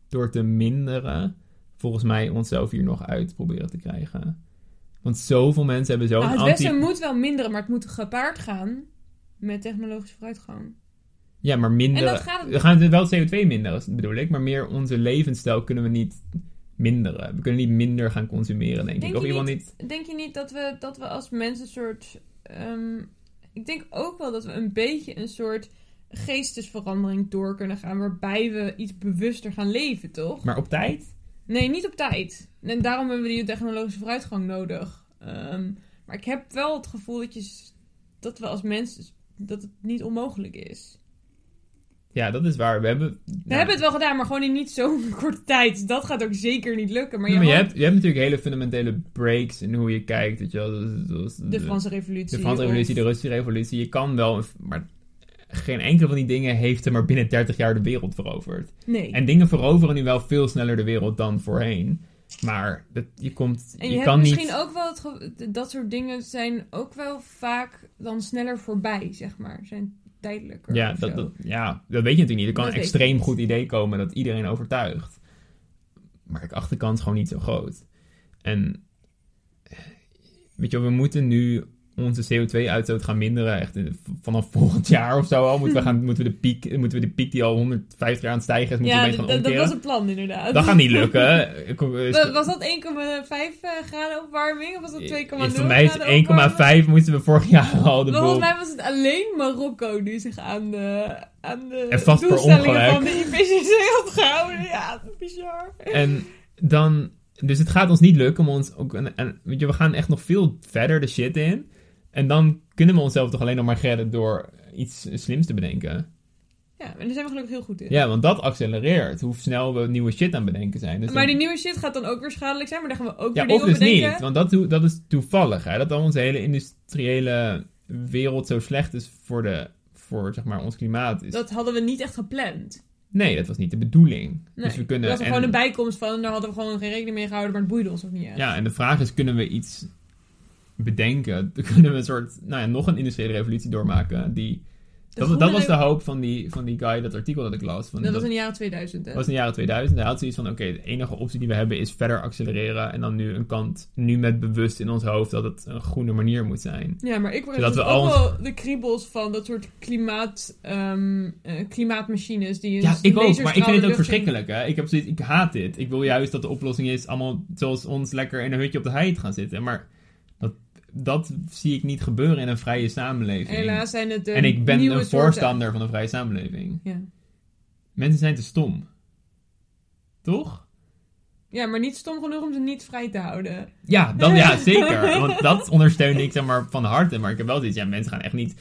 Speaker 1: door te minderen, volgens mij, onszelf hier nog uit proberen te krijgen. Want zoveel mensen hebben zo'n
Speaker 2: Nou, het
Speaker 1: anti...
Speaker 2: beste moet wel minderen, maar het moet gepaard gaan met technologische vooruitgang.
Speaker 1: Ja, maar minder.
Speaker 2: En dat gaat het-
Speaker 1: We gaan het wel CO2 minderen, bedoel ik. Maar meer onze levensstijl kunnen we niet minderen. We kunnen niet minder gaan consumeren, denk,
Speaker 2: Denk
Speaker 1: ik. Of
Speaker 2: je
Speaker 1: iemand niet.
Speaker 2: Denk je niet dat we, dat we als mensen een soort... ehm, ik denk ook wel dat we een beetje een soort geestesverandering door kunnen gaan... waarbij we iets bewuster gaan leven, toch?
Speaker 1: Maar op tijd?
Speaker 2: Nee, niet op tijd. En daarom hebben we die technologische vooruitgang nodig. Ehm, maar ik heb wel het gevoel dat, je, s- dat we als mensen... dat het niet onmogelijk is.
Speaker 1: Ja, dat is waar. We hebben.
Speaker 2: We hebben het wel gedaan, maar gewoon in niet zo'n *laughs* korte tijd. Dat gaat ook zeker niet lukken. Maar,
Speaker 1: Maar, je,
Speaker 2: had
Speaker 1: hebt, je hebt natuurlijk hele fundamentele breaks in hoe je kijkt. Weet je wel. Zoals- zoals
Speaker 2: de Franse revolutie.
Speaker 1: de Franse revolutie, de Russische revolutie. Je kan wel. een- Maar geen enkele van die dingen heeft er maar binnen 30 jaar de wereld veroverd.
Speaker 2: of- Nee.
Speaker 1: En dingen veroveren nu wel veel sneller de wereld dan voorheen. Maar dat, je komt.
Speaker 2: En je, hebt
Speaker 1: kan niet.
Speaker 2: misschien ook wel het ge- dat soort dingen zijn ook wel vaak dan sneller voorbij, zeg maar. Zijn tijdelijker.
Speaker 1: Ja
Speaker 2: of
Speaker 1: dat,
Speaker 2: zo.
Speaker 1: dat- ja, dat weet je natuurlijk niet. Er kan
Speaker 2: Dat
Speaker 1: een
Speaker 2: weet ik
Speaker 1: extreem
Speaker 2: niet.
Speaker 1: goed idee komen dat iedereen overtuigt. Maar ik achterkant is gewoon niet zo groot. En weet je, wel, we moeten nu onze CO2-uitstoot gaan minderen. Echt in- v- vanaf volgend jaar of zo al. Moeten
Speaker 2: *laughs*
Speaker 1: we, gaan, moeten we, de, piek, moeten we de piek die al 150 jaar aan het stijgen is, moeten
Speaker 2: Ja,
Speaker 1: we opeens
Speaker 2: dat-
Speaker 1: gaan
Speaker 2: dat was
Speaker 1: omkeren.
Speaker 2: het plan inderdaad.
Speaker 1: Dat, gaat niet lukken. Ik-
Speaker 2: *laughs* Wa- Was dat 1,5 eh, graden opwarming? Of was dat 2,0
Speaker 1: Eh, Voor mij
Speaker 2: graden opwarming?
Speaker 1: is 1,5 moesten we vorig jaar al de
Speaker 2: Maar
Speaker 1: boel...
Speaker 2: volgens mij was het alleen Marokko die zich aan de, aan de
Speaker 1: En vast per
Speaker 2: doelstellingen
Speaker 1: ongeluk.
Speaker 2: van de IPCC had gehouden. Ja, bizar.
Speaker 1: En dan... Dus het gaat ons niet lukken om ons ook... Een, een- weet je, we gaan echt nog veel verder de shit in. En dan kunnen we onszelf toch alleen nog maar redden door iets slims te bedenken.
Speaker 2: Ja, en daar zijn we gelukkig heel goed in.
Speaker 1: Ja, want dat accelereert. Hoe snel we nieuwe shit aan het bedenken zijn. Dus
Speaker 2: maar
Speaker 1: dan-
Speaker 2: die nieuwe shit gaat dan ook weer schadelijk zijn, maar daar gaan we ook
Speaker 1: ja,
Speaker 2: weer
Speaker 1: of
Speaker 2: dingen
Speaker 1: dus
Speaker 2: op bedenken.
Speaker 1: niet. Want dat, doe- dat is toevallig. Hè? Dat dan onze hele industriële wereld zo slecht is voor, de, voor zeg maar, ons klimaat. Is...
Speaker 2: Dat hadden we niet echt gepland.
Speaker 1: Nee, dat was niet de bedoeling.
Speaker 2: Nee.
Speaker 1: dus we kunnen...
Speaker 2: dat was
Speaker 1: en-
Speaker 2: er gewoon een bijkomst van, daar hadden we gewoon geen rekening mee gehouden, maar het boeide ons ook niet echt.
Speaker 1: Ja, en de vraag is, kunnen we iets bedenken? *laughs* Kunnen we een soort, nou ja, nog een industriële revolutie doormaken? Die, dat,
Speaker 2: groene
Speaker 1: dat was de
Speaker 2: revo-
Speaker 1: hoop van die, van die guy, dat artikel dat ik las. Van,
Speaker 2: Dat was in de jaren 2000, hè?
Speaker 1: was in de jaren 2000. Hij had zoiets van, oké, de enige optie die we hebben is verder accelereren. En dan nu een kant, nu met bewust in ons hoofd dat het een groene manier moet zijn.
Speaker 2: Ja, maar ik word
Speaker 1: Zodat
Speaker 2: dus
Speaker 1: we
Speaker 2: ook
Speaker 1: al
Speaker 2: wel de kriebels van dat soort klimaat, ehm, eh, klimaatmachines die
Speaker 1: Ja, ik ook, maar ik vind het ook
Speaker 2: verschrikkelijk.
Speaker 1: verschrikkelijk. Hè? Ik, heb zoiets, ik haat dit. Ik wil juist dat de oplossing is allemaal zoals ons lekker in een hutje op de heid gaan zitten. Maar dat, dat zie ik niet gebeuren in een vrije samenleving.
Speaker 2: Helaas zijn het de
Speaker 1: En ik ben
Speaker 2: nieuwe
Speaker 1: een
Speaker 2: soorten-
Speaker 1: voorstander van een vrije samenleving.
Speaker 2: Ja.
Speaker 1: Mensen zijn te stom. Toch?
Speaker 2: ja, maar niet stom genoeg om ze niet vrij te houden.
Speaker 1: Ja, dan *laughs* ja, zeker. Want dat ondersteun ik zeg maar van harte. Maar ik heb wel zoiets, ja, mensen gaan echt niet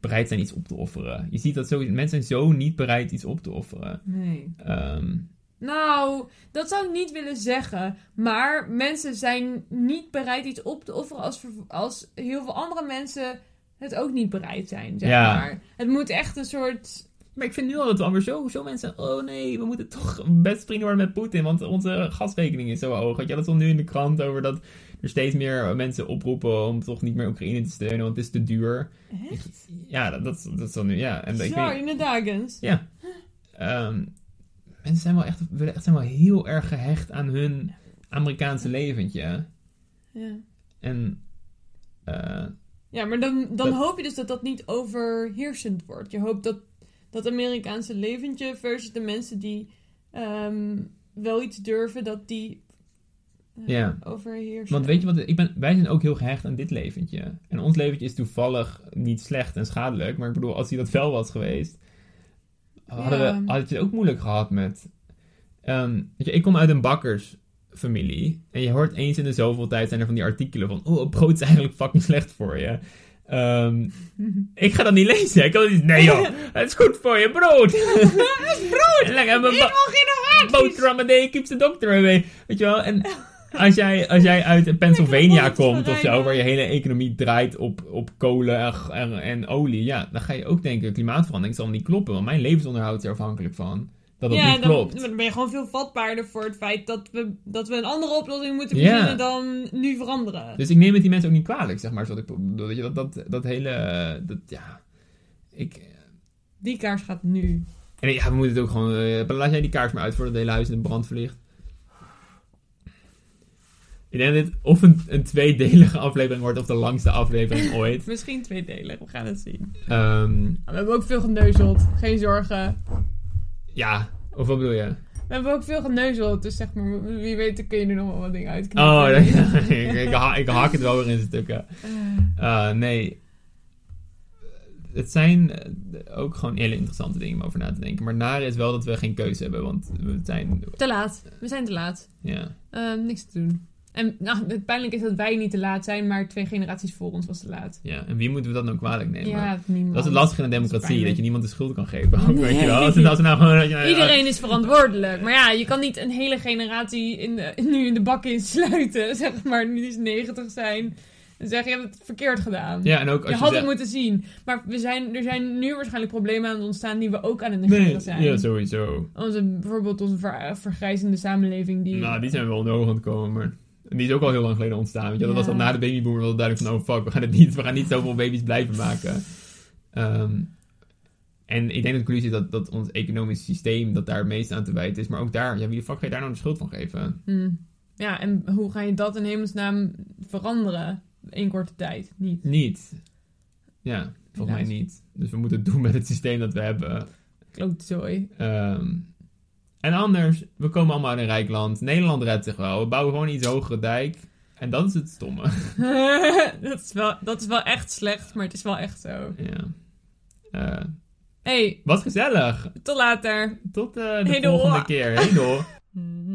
Speaker 1: bereid zijn iets op te offeren. Je ziet dat zo, mensen zijn zo niet bereid iets op te offeren.
Speaker 2: Nee.
Speaker 1: Ehm,
Speaker 2: Nou, dat zou ik niet willen zeggen. Maar mensen zijn niet bereid iets op te offeren als, ver- als heel veel andere mensen het ook niet bereid zijn, zeg
Speaker 1: Ja.
Speaker 2: maar. Het moet echt een soort...
Speaker 1: maar ik vind nu al dat we alweer zo, zo mensen, oh nee, we moeten toch best vrienden worden met Poetin, want onze gasrekening is zo hoog. Weet je, dat stond nu in de krant over dat er steeds meer mensen oproepen om toch niet meer Oekraïne te steunen, want het is te duur.
Speaker 2: Echt?
Speaker 1: Ja, dat, dat, dat is dan nu, ja. En ik
Speaker 2: Bizar
Speaker 1: weet-
Speaker 2: in de dagens.
Speaker 1: Ja. Ehm, mensen zijn wel echt, willen echt zijn wel heel erg gehecht aan hun Amerikaanse leventje.
Speaker 2: Ja.
Speaker 1: En eh,
Speaker 2: Ja, maar dan, dan
Speaker 1: Dat-
Speaker 2: hoop je dus dat dat niet overheersend wordt. Je hoopt dat dat Amerikaanse leventje versus de mensen die ehm, wel iets durven, dat die eh,
Speaker 1: Ja.
Speaker 2: overheersen.
Speaker 1: want weet je wat, ik ben, wij zijn ook heel gehecht aan dit leventje. En ons leventje is toevallig niet slecht en schadelijk. Maar ik bedoel, als hij dat wel was geweest, hadden
Speaker 2: Ja.
Speaker 1: we, had je het ook moeilijk gehad met... Ehm, weet je, ik kom uit een bakkersfamilie. En je hoort eens in de zoveel tijd zijn er van die artikelen van... Oh, brood is eigenlijk fucking slecht voor je. Ehm,
Speaker 2: *laughs*
Speaker 1: Ik ga dat niet lezen. Ik kan niet. Nee joh, het is goed voor je
Speaker 2: *laughs*
Speaker 1: brood. brood. Lekker mijn
Speaker 2: Ik wil geen oranje!
Speaker 1: boterham a day keeps the doctor away. Weet je wel? En als jij, als jij uit Pennsylvania
Speaker 2: Lekker broodjes
Speaker 1: komt of zo,
Speaker 2: van Rijn.
Speaker 1: waar je hele economie draait op, op kolen en, g- en, en olie, ja, dan ga je ook denken klimaatverandering zal niet kloppen, want mijn levensonderhoud is er afhankelijk van. dat dat
Speaker 2: ja,
Speaker 1: niet
Speaker 2: dan,
Speaker 1: klopt.
Speaker 2: maar dan ben je gewoon veel vatbaarder voor het feit dat we, dat we een andere oplossing moeten
Speaker 1: Ja.
Speaker 2: verzinnen dan nu veranderen.
Speaker 1: Dus ik neem het die mensen ook niet kwalijk, zeg maar. is wat ik, pro- dat, je- dat, dat, dat hele... eh, Dat, ja, ik... eh,
Speaker 2: Die kaars gaat nu.
Speaker 1: En ja, we moeten het ook gewoon... eh, laat jij die kaars maar uit voordat het hele huis in de brand vliegt. Ik denk dat dit of een, een tweedelige aflevering wordt, of de langste aflevering ooit.
Speaker 2: Misschien tweedelig, we gaan het zien. Nou,
Speaker 1: Ehm,
Speaker 3: We hebben ook veel geneuzeld, geen zorgen.
Speaker 1: ja, of wat bedoel je?
Speaker 3: We hebben ook veel geneuzeld, dus zeg maar, wie weet dan kun je er nog wel wat dingen uitknippen.
Speaker 2: *laughs*
Speaker 1: Oh, dat- ik, *laughs* ik, ha- ik hak het wel weer in stukken. Eh, nee. Het zijn eh, ook gewoon hele interessante dingen om over na te denken. Maar het nare is wel dat we geen keuze hebben, want we zijn...
Speaker 2: Te laat. We zijn te laat.
Speaker 1: Ja,
Speaker 2: Eh, niks te doen.
Speaker 3: En nou, het pijnlijk is dat wij niet te laat zijn, maar twee generaties voor ons was te laat.
Speaker 1: ja. En wie moeten we dat nou kwalijk nemen?
Speaker 3: ja, niemand.
Speaker 1: Dat is het lastige in een
Speaker 3: Dat is
Speaker 1: democratie, dat,
Speaker 3: pijnlijk.
Speaker 1: je niemand de schuld kan geven. *laughs*
Speaker 2: Nee.
Speaker 1: Weet je wel? Als, het- als we nou gewoon... dat je-
Speaker 2: Iedereen is verantwoordelijk. Maar ja, je kan niet een hele generatie in de- *laughs* nu in de bak insluiten. *laughs* Zeg maar, nu is 90 zijn. En zeggen, je hebt het verkeerd gedaan.
Speaker 1: Ja, en ook
Speaker 2: je
Speaker 1: als je...
Speaker 2: had
Speaker 1: zegt-
Speaker 2: het moeten zien. Maar we zijn, er zijn nu waarschijnlijk problemen aan het ontstaan die we ook aan het negeren zijn.
Speaker 1: Nee, ja, sowieso.
Speaker 2: Onze, bijvoorbeeld onze ver- vergrijzende samenleving die...
Speaker 1: Nou, die zijn wel onder ogen aan het komen, maar... en Die is ook al heel lang geleden ontstaan. Weet je? wel. Dat
Speaker 2: Ja.
Speaker 1: was al na de babyboomer wel duidelijk van... Oh fuck, we gaan, het niet, we gaan niet zoveel baby's blijven maken. Ehm, en ik denk dat de conclusie is dat, dat ons economisch systeem... dat daar het meest aan te wijten is. Maar ook daar, ja, wie de fuck ga je daar nou de schuld van geven?
Speaker 2: Hm. Ja, en hoe ga je dat in hemelsnaam veranderen in korte tijd? Niet.
Speaker 1: Niet. Ja, volgens mij
Speaker 2: Helaas.
Speaker 1: niet. Dus we moeten het doen met het systeem dat we hebben.
Speaker 2: Klootzooi. *laughs*
Speaker 1: Ehm, en anders, we komen allemaal uit een rijk land. Nederland redt zich wel. We bouwen gewoon een iets hogere dijk. En dat is het stomme.
Speaker 2: dat, is wel, dat is wel echt slecht, maar het is wel echt zo.
Speaker 1: ja. Eh,
Speaker 2: hey,
Speaker 1: wat gezellig.
Speaker 2: tot later.
Speaker 1: Tot eh, de
Speaker 2: Hey, doei.
Speaker 1: volgende keer. Hey, doei.
Speaker 2: Hm.